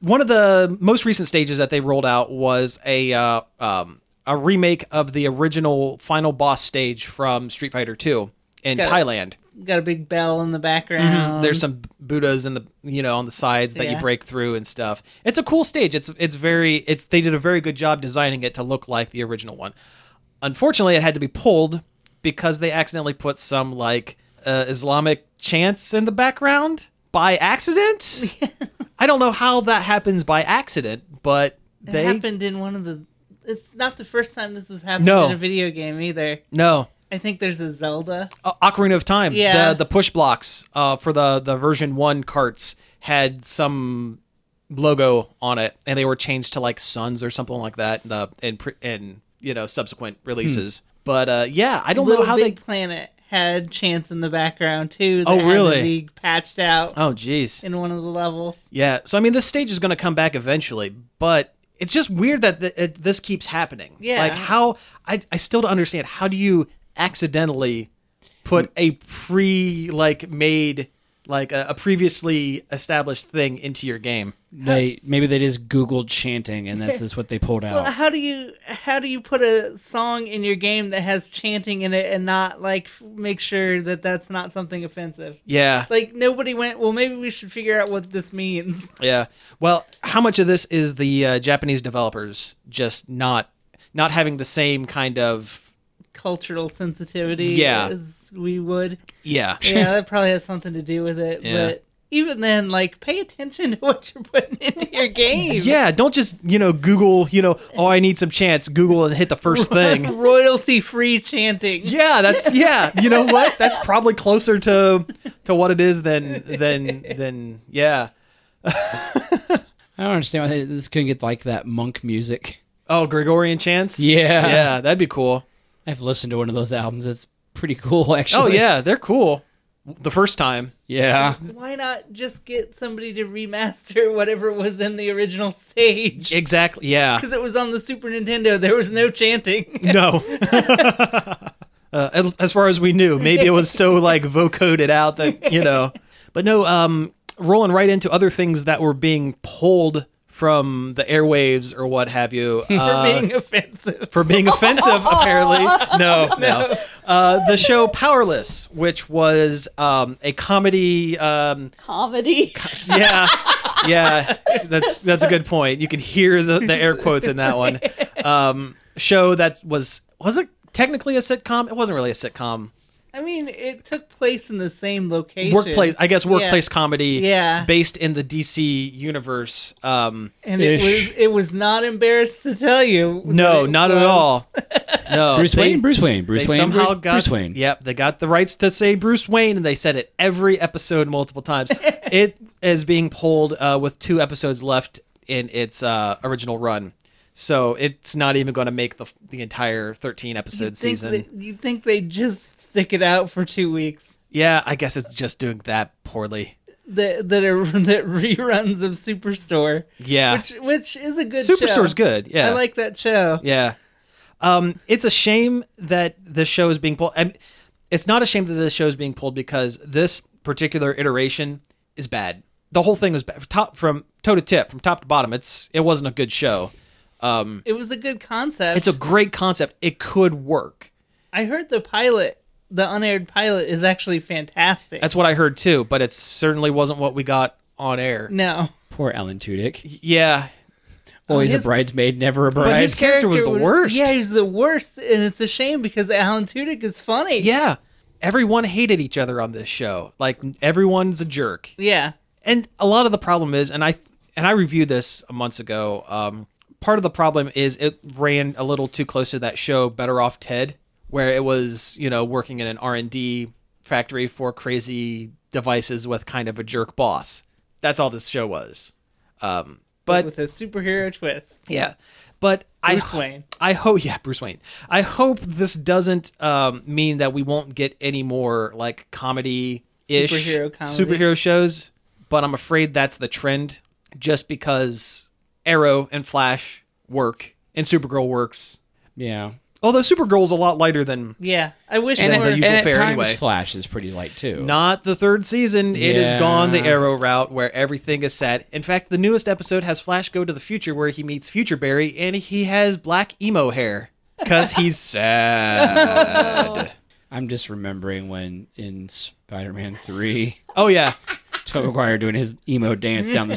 A: one of the most recent stages that they rolled out was a uh, um, a remake of the original final boss stage from Street Fighter Two in
B: Got it.
A: Thailand.
B: got a big bell in the background.
A: Mm-hmm. There's some Buddhas in the you know on the sides that
B: Um, Yeah.
A: you break through and stuff. It's a cool stage. It's it's very it's they did a very good job designing it to look like the original one. Unfortunately, it had to be pulled because they accidentally put some like uh, Islamic chants in the background by accident. I don't know how that happens by accident, but
B: it
A: they
B: happened in one of the. It's not the first time this has happened
A: No.
B: in a video game either.
A: no.
B: I think there's a Zelda.
A: uh, Ocarina of Time,
B: Yeah.
A: the the push blocks uh, for the the version one carts had some logo on it, and they were changed to like suns or something like that. in The in pre- in you know subsequent releases, but uh, yeah, I don't
B: Little
A: know how
B: Big
A: they.
B: Planet had chance in the background too. That
A: Oh,
B: Had
A: really?
B: to be patched out
A: Oh jeez,
B: in one of the levels.
A: yeah. So I mean, this stage is going to come back eventually, but it's just weird that th- it, this keeps happening.
B: Yeah.
A: like how I I still don't understand. How do you accidentally put a pre like made like a, a previously established thing into your game.
C: They maybe they just googled chanting and that's just what they pulled
A: Oh.
B: Well,
C: out.
B: how do you how do you put a song in your game that has chanting in it and not like f- make sure that that's not something offensive?
A: Yeah,
B: Like nobody went. Well, maybe we should figure out what this means.
A: yeah. Well, how much of this is the uh, Japanese developers just not not having the same kind of
B: Cultural sensitivity.
A: Yeah.
B: as we would.
A: yeah
B: yeah, that probably has something to do with it.
A: Yeah.
B: But even then, like, pay attention to what you're putting into your game.
A: yeah? Don't just you know Google you know oh I need some chance Google and hit the first thing.
B: Royalty free chanting.
A: Yeah, that's yeah. You know what? That's probably closer to to what it is than than than yeah.
C: I don't understand why they this couldn't get like that monk music.
A: Oh, Gregorian chants.
C: Yeah.
A: yeah, that'd be cool.
C: I've listened to one of those albums. It's pretty cool actually.
A: Oh yeah, they're cool. the first time.
C: Yeah.
B: Why not just get somebody to remaster whatever was in the original stage?
A: Exactly. Yeah.
B: Because it was on the Super Nintendo, there was no chanting.
A: No. uh, as, as far as we knew, maybe it was so like vocoded out that you know, but no. Um, rolling right into other things that were being pulled from the airwaves or what have you
B: for
A: uh,
B: being offensive.
A: for being offensive. apparently, no, no. Uh, the show Powerless, which was um, a comedy. Um,
D: Comedy.
A: yeah yeah that's that's a good point you can hear the, the air quotes in that one um show that was was it technically a sitcom it wasn't really a sitcom
B: I mean, it took place in the same location.
A: workplace i guess workplace comedy
B: Yeah.
A: based in the dc universe um
B: and it
C: Ish.
B: was it was not embarrassed to tell you.
A: no
B: that it
A: not at
B: was.
A: all no
C: Bruce
A: Oh, they-
C: Wayne. Bruce Wayne. Bruce
A: they
C: Wayne.
A: somehow
C: Bruce,
A: got
C: Bruce Wayne.
A: Yep, they got the rights to say Bruce Wayne, and they said it every episode multiple times. it is being pulled uh, with two episodes left in its uh, original run, so it's not even going to make the the entire thirteen
B: You'd
A: episode
B: think
A: season.
B: that- you'd think they just stick it out for two weeks.
A: Yeah, I guess it's just doing that poorly.
B: That that are that reruns of Superstore,
A: Yeah,
B: which which is a good.
A: Superstore's
B: show.
A: good. Yeah,
B: I like that show.
A: Yeah. Um, it's a shame that the show is being pulled. And it's not a shame that the show is being pulled because this particular iteration is bad. The whole thing was bad, top from toe to tip, from top to bottom. It's it wasn't a good show. Um,
B: It was a good concept.
A: it's a great concept. It could work.
B: I heard the pilot, the unaired pilot, is actually fantastic.
A: That's what I heard too. But it certainly wasn't what we got on air.
B: no,
C: Poor Alan Tudyk.
A: Yeah,
C: Always
B: his-
C: a bridesmaid, never a bride.
A: his character was the worst.
B: Yeah, he's the worst, and it's a shame because Alan Tudyk is funny.
A: yeah. Everyone hated each other on this show. Like everyone's a jerk.
B: yeah.
A: and a lot of the problem is and i and i reviewed this months ago um part of the problem is it ran a little too close to that show better off ted where it was you know working in an r&d factory for crazy devices with kind of a jerk boss that's all this show was um but
B: with a superhero twist,
A: yeah but
B: Bruce
A: i
B: Wayne.
A: I hope, yeah, Bruce Wayne. I hope this doesn't um, mean that we won't get any more like comedy ish
B: Superhero comedy.
A: superhero shows, but I'm afraid that's the trend just because Arrow and Flash work and Supergirl works.
C: yeah.
A: Although Supergirl's a lot lighter than
B: Yeah, I wish
A: And
B: they
A: then
B: were.
A: the usual
C: and at
A: fare
C: times,
A: anyway.
C: Flash is pretty light too.
A: not the third season. It has gone the
C: Yeah.
A: Arrow route where everything is set. In fact, the newest episode has Flash go to the future where he meets Future Barry and he has black emo hair because he's
D: Oh,
A: sad.
C: I'm just remembering when in Spider-Man Three,
A: Oh yeah.
C: Tobey Maguire doing his emo dance down the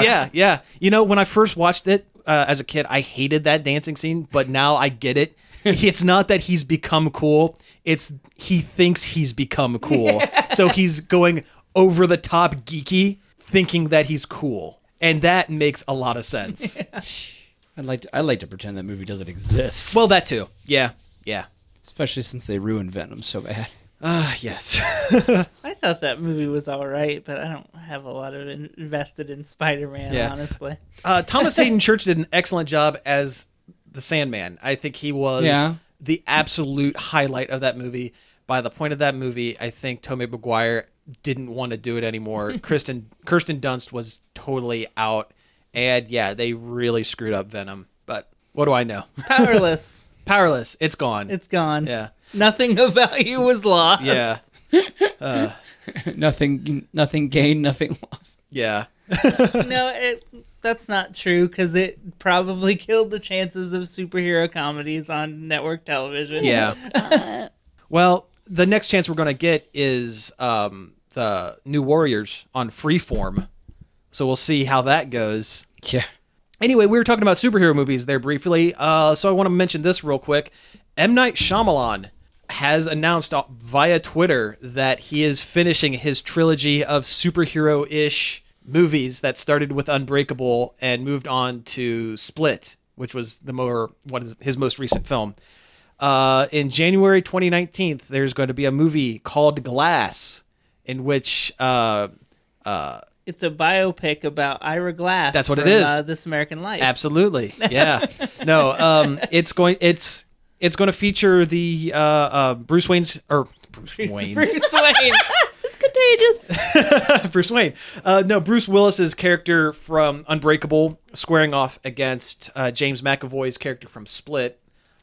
A: Oh yeah, yeah. You know, when I first watched it uh, as a kid, I hated that dancing scene, but now I get it. it's not that he's become cool; it's he thinks he's become cool, so he's going over the top geeky, thinking that he's cool, and that makes a lot of sense.
C: I'd like to. I'd like to pretend that movie doesn't exist.
A: Well, that too. Yeah, yeah.
C: especially since they ruined Venom so bad.
A: Ah, yes.
B: I thought that movie was all right, but I don't have a lot of in- invested in Spider-Man.
A: Yeah.
B: Honestly,
A: Uh, Thomas Hayden Church did an excellent job as the Sandman. I think he was
C: Yeah.
A: the absolute highlight of that movie. By the point of that movie, I think Tommy Maguire didn't want to do it anymore. Kristen Kirsten Dunst was totally out, and yeah, they really screwed up Venom. But what do I know?
B: powerless.
A: Powerless, it's gone.
B: it's gone.
A: yeah,
B: Nothing of value was lost.
A: yeah, uh,
C: nothing, nothing gained, nothing lost.
A: yeah.
B: No, it. That's not true because it probably killed the chances of superhero comedies on network television.
A: Yeah. well, the next chance we're going to get is um, the New Warriors on Freeform. So we'll see how that goes.
C: Yeah,
A: Anyway, we were talking about superhero movies there briefly. Uh, so I want to mention this real quick. M. Night Shyamalan has announced uh, via Twitter that he is finishing his trilogy of superhero ish movies that started with Unbreakable and moved on to Split, which was the more what is his most recent film. Uh, in January 2019, there's going to be a movie called Glass, in which uh, uh,
B: It's a biopic about Ira Glass.
A: That's what it
B: from,
A: is.
B: Uh, this American Life.
A: Absolutely. Yeah. no. Um. It's going. It's it's going to feature the uh, uh Bruce Wayne's or Bruce Wayne's
B: Bruce Wayne.
D: outrageous.
A: Bruce Wayne. Uh, no, Bruce Willis's character from Unbreakable squaring off against uh, James McAvoy's character from Split.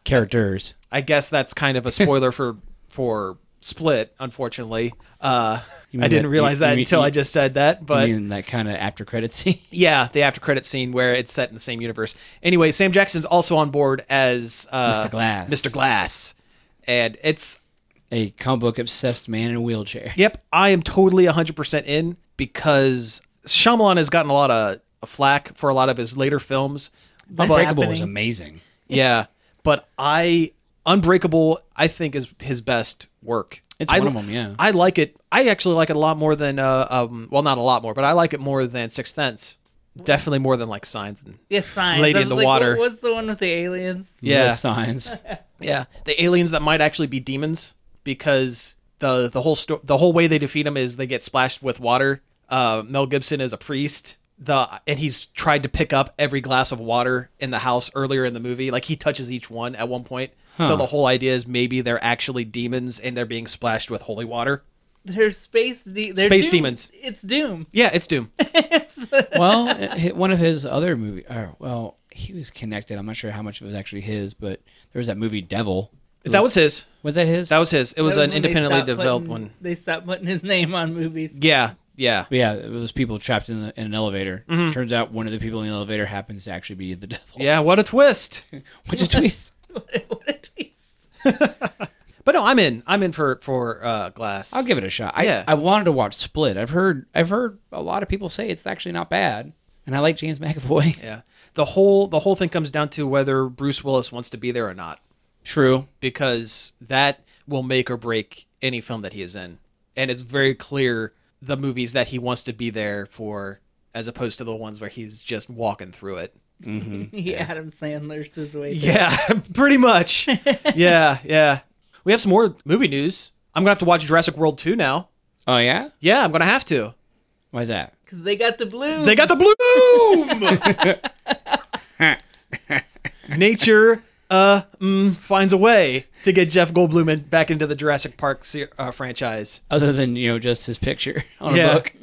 C: Characters.
A: I guess that's kind of a spoiler for for Split. Unfortunately, uh,
C: You mean
A: I didn't
C: that-
A: realize
C: you-
A: that
C: you mean-
A: until I
C: you-
A: just said that.
C: I
A: But
C: mean, that kind of after credit scene.
A: yeah, the after credit scene where it's set in the same universe. Anyway, Sam Jackson's also on board as uh,
C: Mr. Glass.
A: Mr. Glass, and it's
C: A comic book obsessed man in a wheelchair.
A: Yep, I am totally 100% in because Shyamalan has gotten a lot of flack for a lot of his later films. But
C: Unbreakable was
B: happening.
C: amazing.
A: yeah, but I Unbreakable I think is his best work.
C: It's
A: I,
C: one of 'em, yeah.
A: I like it. I actually like it a lot more than uh, um well not a lot more, but I like it more than Sixth Sense. Definitely more than like Signs and
B: Yeah, signs.
A: Lady
B: I
A: in
B: was
A: the
B: like,
A: Water.
B: What was the one with the aliens?
A: Yeah.
C: The signs.
A: Yeah, the aliens that might actually be demons because the the whole sto- the whole way they defeat them is they get splashed with water. Uh, Mel Gibson is a priest. The and he's tried to pick up every glass of water in the house earlier in the movie. Like he touches each one at one point. So
C: Huh.
A: the whole idea is maybe they're actually demons and they're being splashed with holy water.
B: There's space. De- they're
A: Space
B: Doom.
A: demons.
B: It's Doom.
A: Yeah, it's Doom.
C: well, hi- one of his other movie. Or, well, he was connected. I'm not sure how much of it was actually his, but there was that movie Devil.
A: that was his.
C: Was that his?
A: That was his. It was,
B: That
A: an
B: when they
A: independently
B: stopped
A: developed
B: putting-
A: one.
B: They stopped putting his name on movies.
A: Yeah, yeah.
C: But yeah, it was people trapped in, the, in an elevator. Turns out one of the people in the elevator happens to actually be the devil.
A: Mm-hmm. Yeah, what a twist.
C: Which is twist.
B: what a- what a twist.
A: But no, I'm in. I'm in for for uh glass.
C: I'll give it a shot. I,
A: Yeah.
C: I wanted to watch Split. I've heard I've heard a lot of people say it's actually not bad, and I like James McAvoy.
A: Yeah. The whole the whole thing comes down to whether Bruce Willis wants to be there or not
C: True.
A: because that will make or break any film that he is in. And it's very clear the movies that he wants to be there for as opposed to the ones where he's just walking through it.
B: He Adam Sandler's his way. there.
A: Yeah, pretty much. yeah, yeah. We have some more movie news. I'm going to have to watch Jurassic World 2 now.
C: Oh yeah.
A: Yeah, I'm going to have to.
C: Why is that?
B: Because they got the blue.
A: They got the bloom. Nature uh, mm, finds a way to get Jeff Goldblum in, back into the Jurassic Park se- uh, franchise.
C: Other than you know just his picture on
A: Yeah.
C: a book.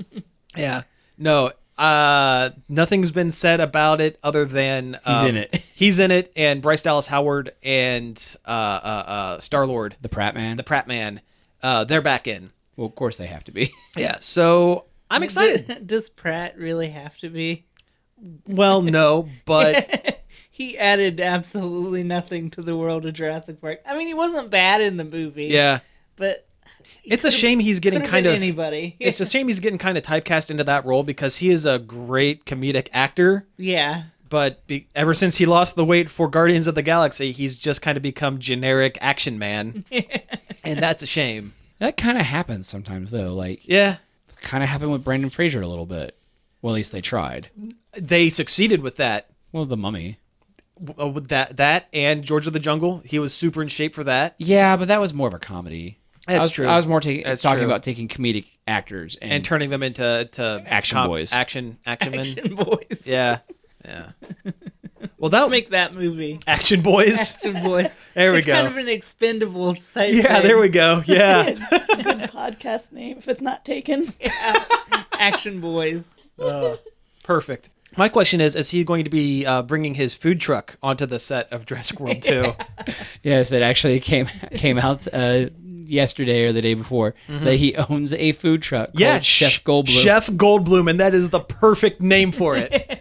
A: Yeah. No, uh, nothing's been said about it other than um,
C: in it.
A: He's in it, and Bryce Dallas Howard and uh, uh, uh, Star Lord,
C: The Pratt Man.
A: the Pratt Man, uh, they're back in.
C: well, of course they have to be.
A: Yeah. So I'm excited.
B: Does Pratt really have to be?
A: well, no, but
B: he added absolutely nothing to the world of Jurassic Park. I mean, he wasn't bad in the movie.
A: yeah,
B: But he
A: it's a
B: could've-
A: shame he's getting
B: could've
A: kind
B: been
A: of.
B: anybody.
A: it's a shame he's getting kind of typecast into that role because he is a great comedic actor.
B: yeah.
A: But be, ever since he lost the weight for Guardians of the Galaxy, he's just kind of become generic action man, and that's a shame.
C: that kind of happens sometimes though. Like
A: Yeah,
C: kind of happened with Brandon Fraser a little bit. Well, at least they tried.
A: they succeeded with that.
C: Well, The Mummy.
A: W- uh, With that, that and George of the Jungle, he was super in shape for that.
C: Yeah, but that was more of a comedy. I
A: That's
C: was,
A: true.
C: I was more taking
A: That's
C: talking
A: true.
C: about taking comedic actors and,
A: And turning them into to
C: Mm. Action boys.
A: action, action men.
B: Action boys.
A: Yeah, yeah. Well, that'll make
B: Make that movie.
A: action boys.
B: Action boys.
A: There we
B: it's
A: go.
B: kind of an expendable type
A: Yeah, there we go. Yeah.
D: It's a good podcast name if it's not taken.
B: Uh, Action boys.
A: Perfect. My question is: Is he going to be uh, bringing his food truck onto the set of Jurassic World Two?
C: Yes, it actually came came out uh, yesterday or the day before that he owns a food truck. Called
A: Mm-hmm. yeah, Sh-
C: Chef Goldblum.
A: Chef Goldblum, and that is the perfect name for it.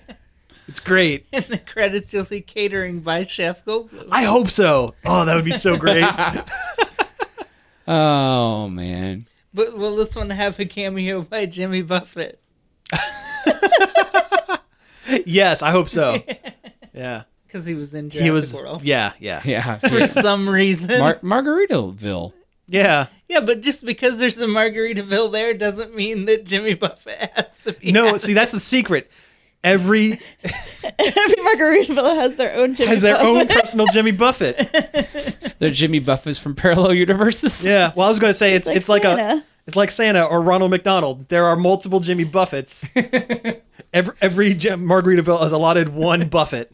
A: it's great.
B: In the credits, you'll see catering by Chef Goldblum.
A: I hope so. Oh, that would be so great.
C: Oh man,
B: But will this one have a cameo by Jimmy Buffett?
A: yes, I hope so. Yeah,
B: Because he was in Jurassic
A: he was.
B: World.
A: Yeah, yeah,
C: yeah.
B: For some reason.
C: Mar- Margaritaville.
A: yeah.
B: yeah, but just because there's a Margaritaville there doesn't mean that Jimmy Buffett has to be.
A: No,
B: out.
A: see, that's the secret. Every
D: Every Margaritaville has their own Jimmy
A: has their own
D: Buffett.
A: personal Jimmy Buffett.
C: They're Jimmy Buffets from parallel universes.
A: Yeah. Well, I was gonna say it's it's like, a
D: Santa.
A: it's like Santa or Ronald McDonald. There are multiple Jimmy Buffets. every every Jim Margaritaville is allotted one Buffet.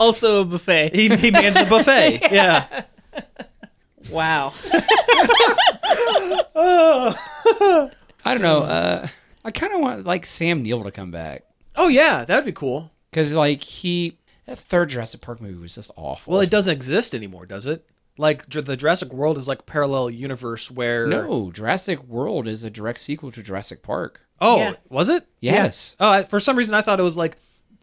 B: Also a buffet.
A: He he mans the buffet. Yeah.
B: Wow.
A: Oh.
C: I don't know. Uh, I kind of want like Sam Neill to come back
A: Oh yeah, that'd be cool.
C: because like he that third Jurassic Park movie was just awful.
A: Well, it doesn't exist anymore, does it? Like Ju- the Jurassic World is like parallel universe where
C: no Jurassic World is a direct sequel to Jurassic Park.
A: Oh,
B: Yeah.
A: was it?
C: Yes.
A: Oh, I, for some reason I thought it was like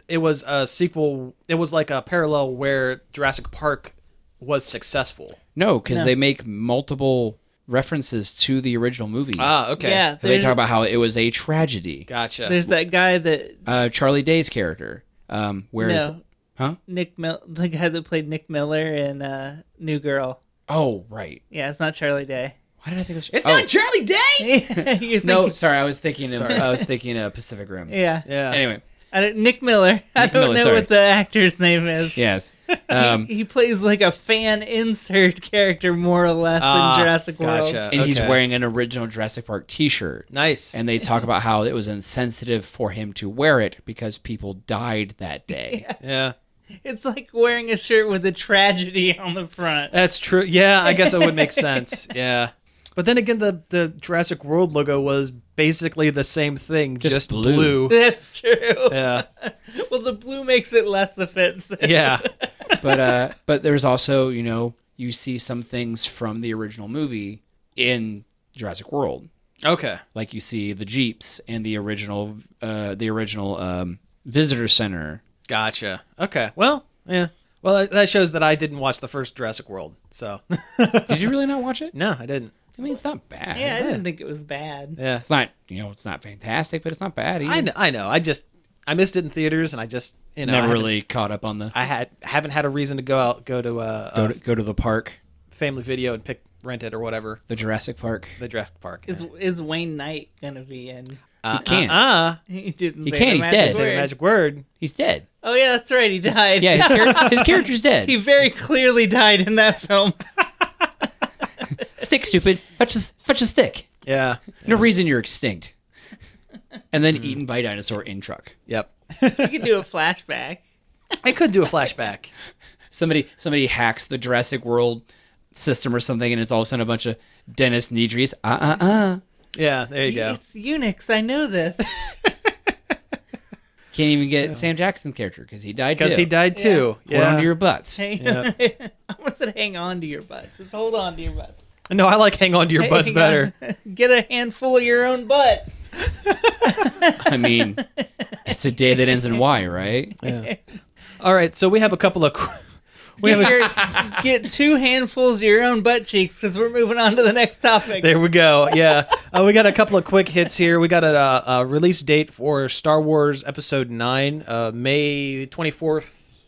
A: it was a sequel. It was like a parallel where Jurassic Park was successful.
C: No, because
B: No.
C: they make multiple references to the original movie.
A: Ah, okay.
B: Yeah,
C: they
B: there's,
C: talk about how it was a tragedy.
A: Gotcha.
B: there's that guy that
C: Uh, Charlie Day's character. Um, whereas,
B: no,
C: huh?
B: Nick Mil- the guy that played Nick Miller in uh, New Girl.
C: Oh, right.
B: Yeah, it's not Charlie Day.
C: Why did I think it was?
A: it's
C: oh,
A: not Charlie Day.
B: You're thinking,
C: no, sorry. I was thinking. Of,
A: Sorry.
C: I was thinking of Pacific Rim.
B: Yeah.
A: Yeah.
C: Anyway,
B: I don't, Nick Miller. I
C: Nick
B: don't
C: Miller,
B: know
C: sorry.
B: what the actor's name is.
C: yes. Um,
B: he plays like a fan insert character, more or less,
A: Ah,
B: in Jurassic World.
A: gotcha.
C: and he's
A: Okay.
C: wearing an original Jurassic Park T-shirt.
A: nice.
C: And they talk about how it was insensitive for him to wear it because people died that day.
A: yeah.
B: It's like wearing a shirt with a tragedy on the front.
A: That's true. Yeah, I guess it would make sense. Yeah. But then again, the, the Jurassic World logo was basically the same thing, just,
C: Just
A: blue.
C: blue.
B: That's true.
A: Yeah.
B: Well, the blue makes it less offensive.
A: Yeah.
C: but uh but there's also you know you see some things from the original movie in Jurassic World
A: Okay.
C: like you see the jeeps and the original uh the original um visitor center
A: Gotcha. Okay. Well, yeah. Well, that- that shows that I didn't watch the first Jurassic World. So,
C: did you really not watch it
A: no, I didn't.
C: I mean it's not bad
B: Yeah, I didn't think it was bad.
A: Yeah.
C: it's not you know it's not fantastic but it's not bad either.
A: I know. I know. I just, I missed it in theaters and I just, you know, I
C: never
A: haven't-
C: really caught up on the
A: I had haven't had a reason to go out, go to a,
C: go, to, go to the park
A: family video and pick rent it or whatever
C: the Jurassic Park
A: the Jurassic Park.
B: Is is Wayne Knight gonna be in?
A: uh,
C: can't.
A: Uh, uh,
B: He didn't.
C: He
B: say
C: can't,
B: the
C: he's
B: magic
C: dead. Say
A: say the
B: word.
A: magic word.
C: he's dead
B: Oh yeah, that's right. He died.
C: yeah his, char- his character's dead
B: he very clearly died in that film.
C: stick stupid fetch a fetch a stick
A: Yeah.
C: no reason you're extinct and then eaten by a dinosaur in truck
A: Yep.
B: You could do a flashback.
A: I could do a flashback.
C: somebody somebody hacks the Jurassic World system or something, and it's all of a sudden a bunch of Dennis Nedry's. Uh uh uh.
A: Yeah, there you go.
B: It's Unix. I know this.
C: Can't even get Sam Jackson's character because he died.
A: Because
C: too.
A: he died too.
C: Hold
A: Yeah.
C: onto your butts.
B: Hang-
A: Yeah.
B: I almost said hang on to your butts. Just hold on to your butts.
A: No, I like hang on to your butts
B: Hang
A: better.
B: on. Get a handful of your own butt.
C: I mean, it's a day that ends in Y, right?
A: All right, so we have a couple of. qu- We have
B: Get,
A: a,
B: your, get two handfuls of your own butt cheeks because we're moving on to the next topic.
A: there we go. Yeah, uh, we got a couple of quick hits here. We got a, uh a release date for Star Wars Episode Nine, uh, May twenty fourth,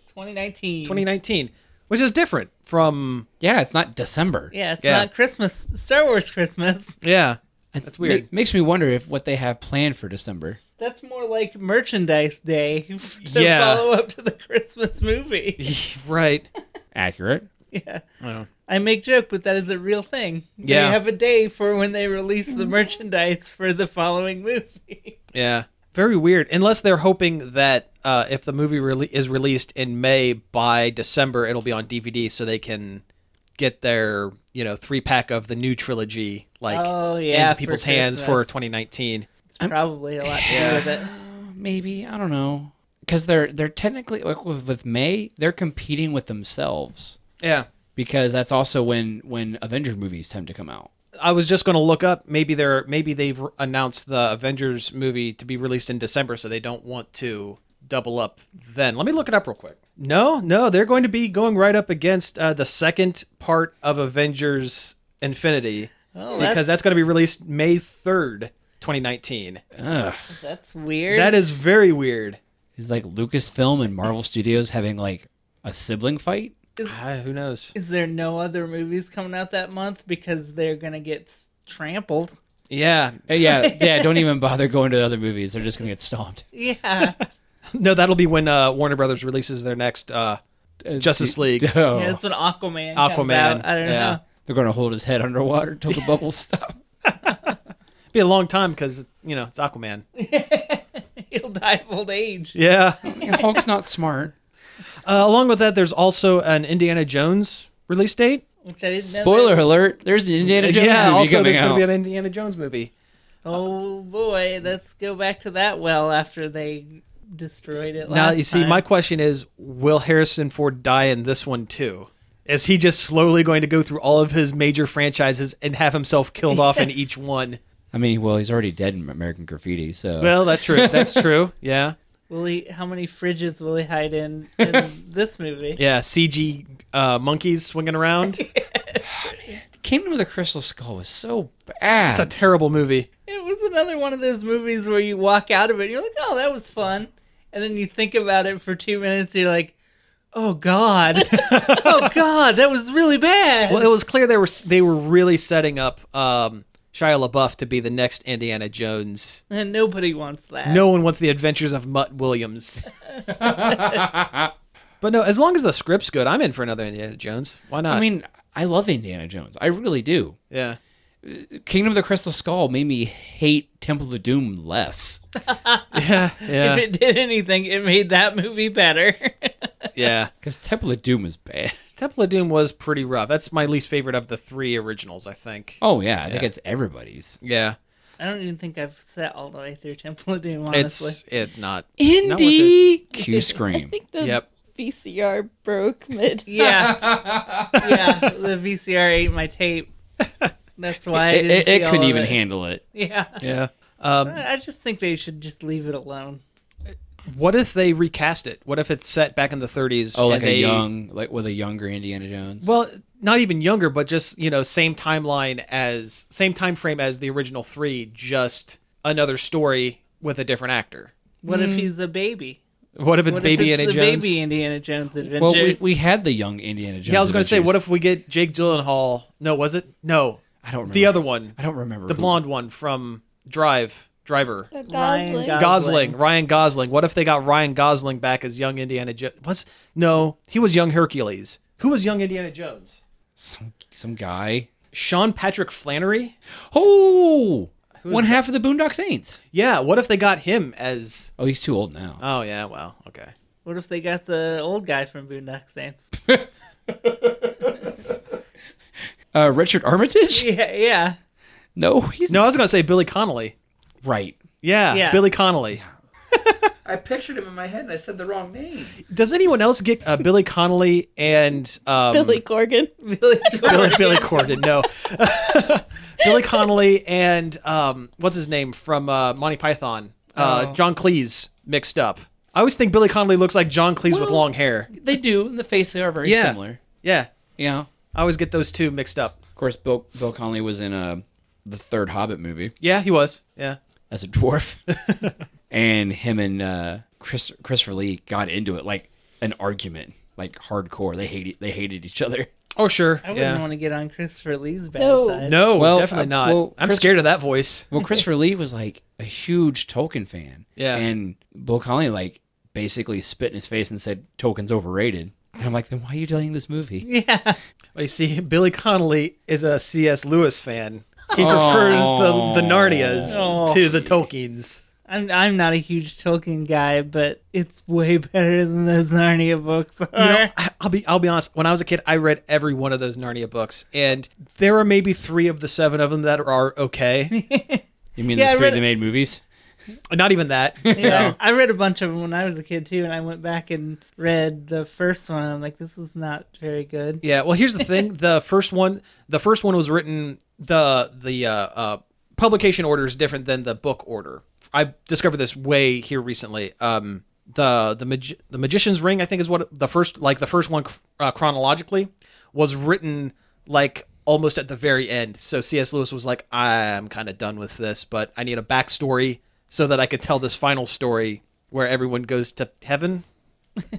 B: 2019.
A: twenty nineteen, which is different from
C: Yeah, it's not December.
B: Yeah, it's
A: Yeah.
B: not Christmas. Star Wars Christmas.
A: yeah.
C: that's
A: weird.
C: makes me wonder if what they have planned for December.
B: That's more like merchandise day to
A: Yeah.
B: follow up to the Christmas movie.
A: right.
C: Accurate.
B: Yeah.
A: Oh.
B: I make joke, but that is a real thing.
A: Yeah.
B: They have a day for when they release the merchandise for the following movie.
A: Yeah. Very weird. Unless they're hoping that uh, if the movie rele is released in May by December, it'll be on DVD, so they can get their you know three pack of the new trilogy like
B: Oh, yeah,
A: into
B: for
A: people's hands
B: Christmas.
A: for 2019.
C: I'm-
B: Probably a lot to do with it.
C: Maybe I don't know because they're they're technically like with, with May they're competing with themselves
A: Yeah.
C: because that's also when when Avenger movies tend to come out.
A: I was just going to look up. Maybe they're maybe they've re- announced the Avengers movie to be released in December, so they don't want to double up. Then let me look it up real quick. No, no, they're going to be going right up against uh, the second part of Avengers Infinity
B: Well,
A: because that's going to be released May third, twenty nineteen.
C: Ugh.
B: That's weird.
A: That is very weird.
C: Is like Lucasfilm and Marvel Studios having like a sibling fight?
A: Ah, who knows?
B: Is there no other movies coming out that month because they're gonna get s- trampled?
A: Yeah,
C: Uh, Yeah, yeah. Don't even bother going to other movies. They're just gonna get stomped.
B: Yeah,
A: no, that'll be when uh, Warner Brothers releases their next. Uh,
C: Uh,
A: Justice
C: d-
A: League.
C: d- oh.
B: yeah. That's when Aquaman. Comes
A: Aquaman,
B: out. I don't
A: yeah.
B: know.
C: They're gonna hold his head underwater till the bubbles stop.
A: be a long time because you know it's Aquaman.
B: He'll die of old age.
A: Yeah.
C: Yeah, Hulk's not smart.
A: Uh, along with that, there's also an Indiana Jones release date.
B: Which I didn't know.
C: Spoiler alert: There's an Indiana Jones
A: yeah,
C: movie
A: also
C: coming
A: there's going
C: out.
A: to be an Indiana Jones movie.
B: Oh boy, let's go back to that well after they destroyed it. Last
A: Now you see,
B: time.
A: my question is: Will Harrison Ford die in this one too? Is he just slowly going to go through all of his major franchises and have himself killed off in each one?
C: I mean, well, he's already dead in American Graffiti, so
A: Well, that's true. That's true. Yeah,
B: will he? How many fridges will he hide in in this movie?
A: yeah. CG uh, monkeys swinging around.
C: Kingdom of the Crystal Skull was so bad.
A: It's a terrible movie.
B: It was another one of those movies where you walk out of it and you're like, oh, that was fun. And then you think about it for two minutes and you're like, oh, God. oh, God, that was really bad.
A: Well, it was clear they were they were really setting up um, Shia LaBeouf to be the next Indiana Jones.
B: and nobody wants that.
A: No one wants the adventures of Mutt Williams. but no, as long as the script's good, I'm in for another Indiana Jones. Why not?
C: I mean, I love Indiana Jones. I really do.
A: yeah.
C: Kingdom of the Crystal Skull made me hate Temple of Doom less.
A: Yeah,
B: If
A: yeah,
B: it did anything, it made that movie better.
A: yeah.
C: Because Temple of Doom is bad.
A: Temple of Doom was pretty rough. That's my least favorite of the three originals, I think.
C: Oh, yeah. I think it's everybody's.
A: Yeah,
B: I don't even think I've sat all the way through Temple of Doom, honestly.
A: it's it's not. Not worth
C: Indy! Q
D: I
C: Scream.
D: think the
A: Yep.
D: VCR broke mid.
B: Yeah. yeah, the VCR ate my tape. That's why I
C: It,
B: didn't
C: it- it
B: see all
C: couldn't
B: of
C: even
B: it.
C: handle it.
B: Yeah.
A: Yeah. Um,
B: I I just think they should just leave it alone.
A: what if they recast it? What if it's set back in the 30s?
C: Oh, like
A: and they-
C: a young, like with a younger Indiana Jones.
A: Well, not even younger, but just you know, same timeline as same time frame as the original three, just another story with a different actor.
B: What
C: Mm.
B: if he's a baby?
A: What if it's
B: What if
A: Baby
B: it's
A: Indiana
B: the
A: Jones?
B: Baby Indiana Jones adventures.
C: Well, we, we had the young Indiana Jones.
A: Yeah, I was going to say,
C: Adventures.
A: what if we get Jake Gyllenhaal? No, was it? No,
C: I don't remember.
A: the other one,
C: I don't remember.
A: the
C: who-
A: blonde one from Drive, Driver.
D: That
B: Ryan
D: Gosling.
B: Gosling.
A: Gosling, Ryan Gosling. What if they got Ryan Gosling back as young Indiana Jones? Was no, he was young Hercules. Who was young Indiana Jones?
C: Some, some guy.
A: Sean Patrick Flannery.
C: Oh!
A: Who's
C: one
A: that?
C: half of the Boondock Saints.
A: Yeah, what if they got him as?
C: Oh, he's too old now.
A: Oh yeah, well, okay.
B: What if they got the old guy from Boondock Saints?
C: Uh, Richard Armitage?
B: Yeah, yeah.
C: No, he's
A: No, I was gonna say Billy Connolly.
C: Right.
A: Yeah,
B: Yeah.
A: Billy Connolly.
C: I pictured him in my head and I said the wrong name.
A: Does anyone else get uh, Billy Connolly and um,
D: Billy Corgan.
A: Billy,
B: Billy Corgan.
A: Billy Corgan? No, Billy Connolly and um, what's his name from uh, Monty Python? Uh,
B: Oh.
A: John Cleese mixed up. I always think Billy Connolly looks like John Cleese with
C: Well-
A: long hair.
C: They do, and the faces are very
A: Yeah.
C: similar.
A: Yeah,
C: Yeah.
A: I always get those two mixed up.
C: Of course, Bill Bill Conley was in uh, the third Hobbit movie
A: Yeah, he was. Yeah,
C: as a dwarf, and him and uh, Chris Christopher Lee got into it like an argument, like hardcore. They hated they hated each other.
A: oh sure.
B: I wouldn't
A: yeah,
B: want to get on Christopher Lee's bad
D: No.
B: side.
A: no,
C: Well,
A: definitely
C: uh,
A: not.
C: well,
A: I'm
C: Chris-
A: scared of that voice.
C: Well, Christopher Lee was like a huge Tolkien fan,
A: Yeah.
C: and Bill Conley like basically spit in his face and said Tolkien's overrated. And I'm like, then why are you doing this movie?
B: Yeah.
A: Well, you see, Billy Connolly is a C.S. Lewis fan. He
C: Oh.
A: prefers the, the Narnias
B: Oh.
A: to the Tolkien's.
B: I'm I'm not a huge Tolkien guy, but it's way better than those Narnia books are.
A: You know, I- I'll be I'll be honest. When I was a kid, I read every one of those Narnia books, and there are maybe three of the seven of them that are okay.
C: You mean
B: Yeah, I
C: the three
B: read
C: they
B: it.
C: made movies?
A: Not even that.
B: Yeah,
A: No.
B: I read a bunch of them when I was a kid too, and I went back and read the first one. And I'm like, this is not very good.
A: Yeah, well, here's the thing: the first one, the first one was written the the uh, uh, publication order is different than the book order. I discovered this way here recently. Um, the the Magi- the Magician's Ring, I think, is what the first like the first one uh, chronologically was written like almost at the very end. So C.S. Lewis was like, "I'm kind of done with this, but I need a backstory so that I could tell this final story where everyone goes to heaven."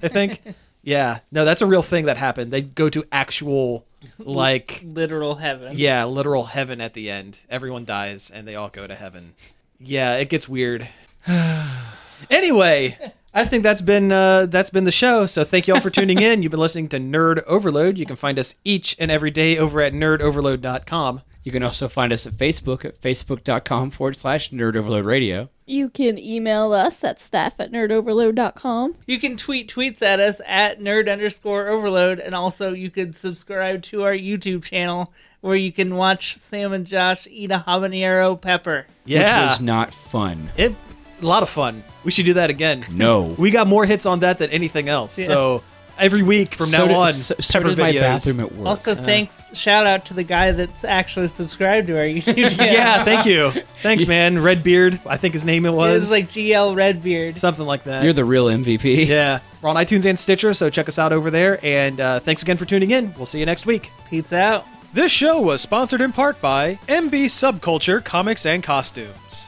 A: I think. yeah. No, that's a real thing that happened. They go to actual like
B: Literal heaven.
A: yeah, literal heaven at the end. Everyone dies and they all go to heaven. Yeah, it gets weird. anyway, I think that's been uh, that's been the show. So thank you all for tuning in. You've been listening to Nerd Overload. You can find us each and every day over at nerdoverload.com.
C: You can also find us at Facebook at facebook.com forward slash nerd overload radio.
D: You can email us at staff at nerdoverload.com.
B: You can tweet tweets at us at nerd underscore overload, and also you could subscribe to our YouTube channel where you can watch Sam and Josh eat a habanero pepper.
C: Which
A: Yeah,
C: was not fun.
A: it a lot of fun. We should do that again.
C: No.
A: We got more hits on that than anything else. So every week from
C: So
A: now
C: did-
A: on,
C: so, so
A: pepper
C: did my
A: videos.
C: bathroom at work.
A: uh,
B: Also, thanks, shout out to the guy that's actually subscribed to our YouTube channel.
A: Yeah, thank you. Thanks, man. Redbeard, I think his name it
B: It
A: was.
B: was like GL Redbeard.
A: something like that.
C: You're the real MVP.
A: yeah, we're on iTunes and Stitcher, so check us out over there. And uh, thanks again for tuning in. We'll see you next week.
B: Peace out.
A: This show was sponsored in part by MB Subculture Comics and Costumes.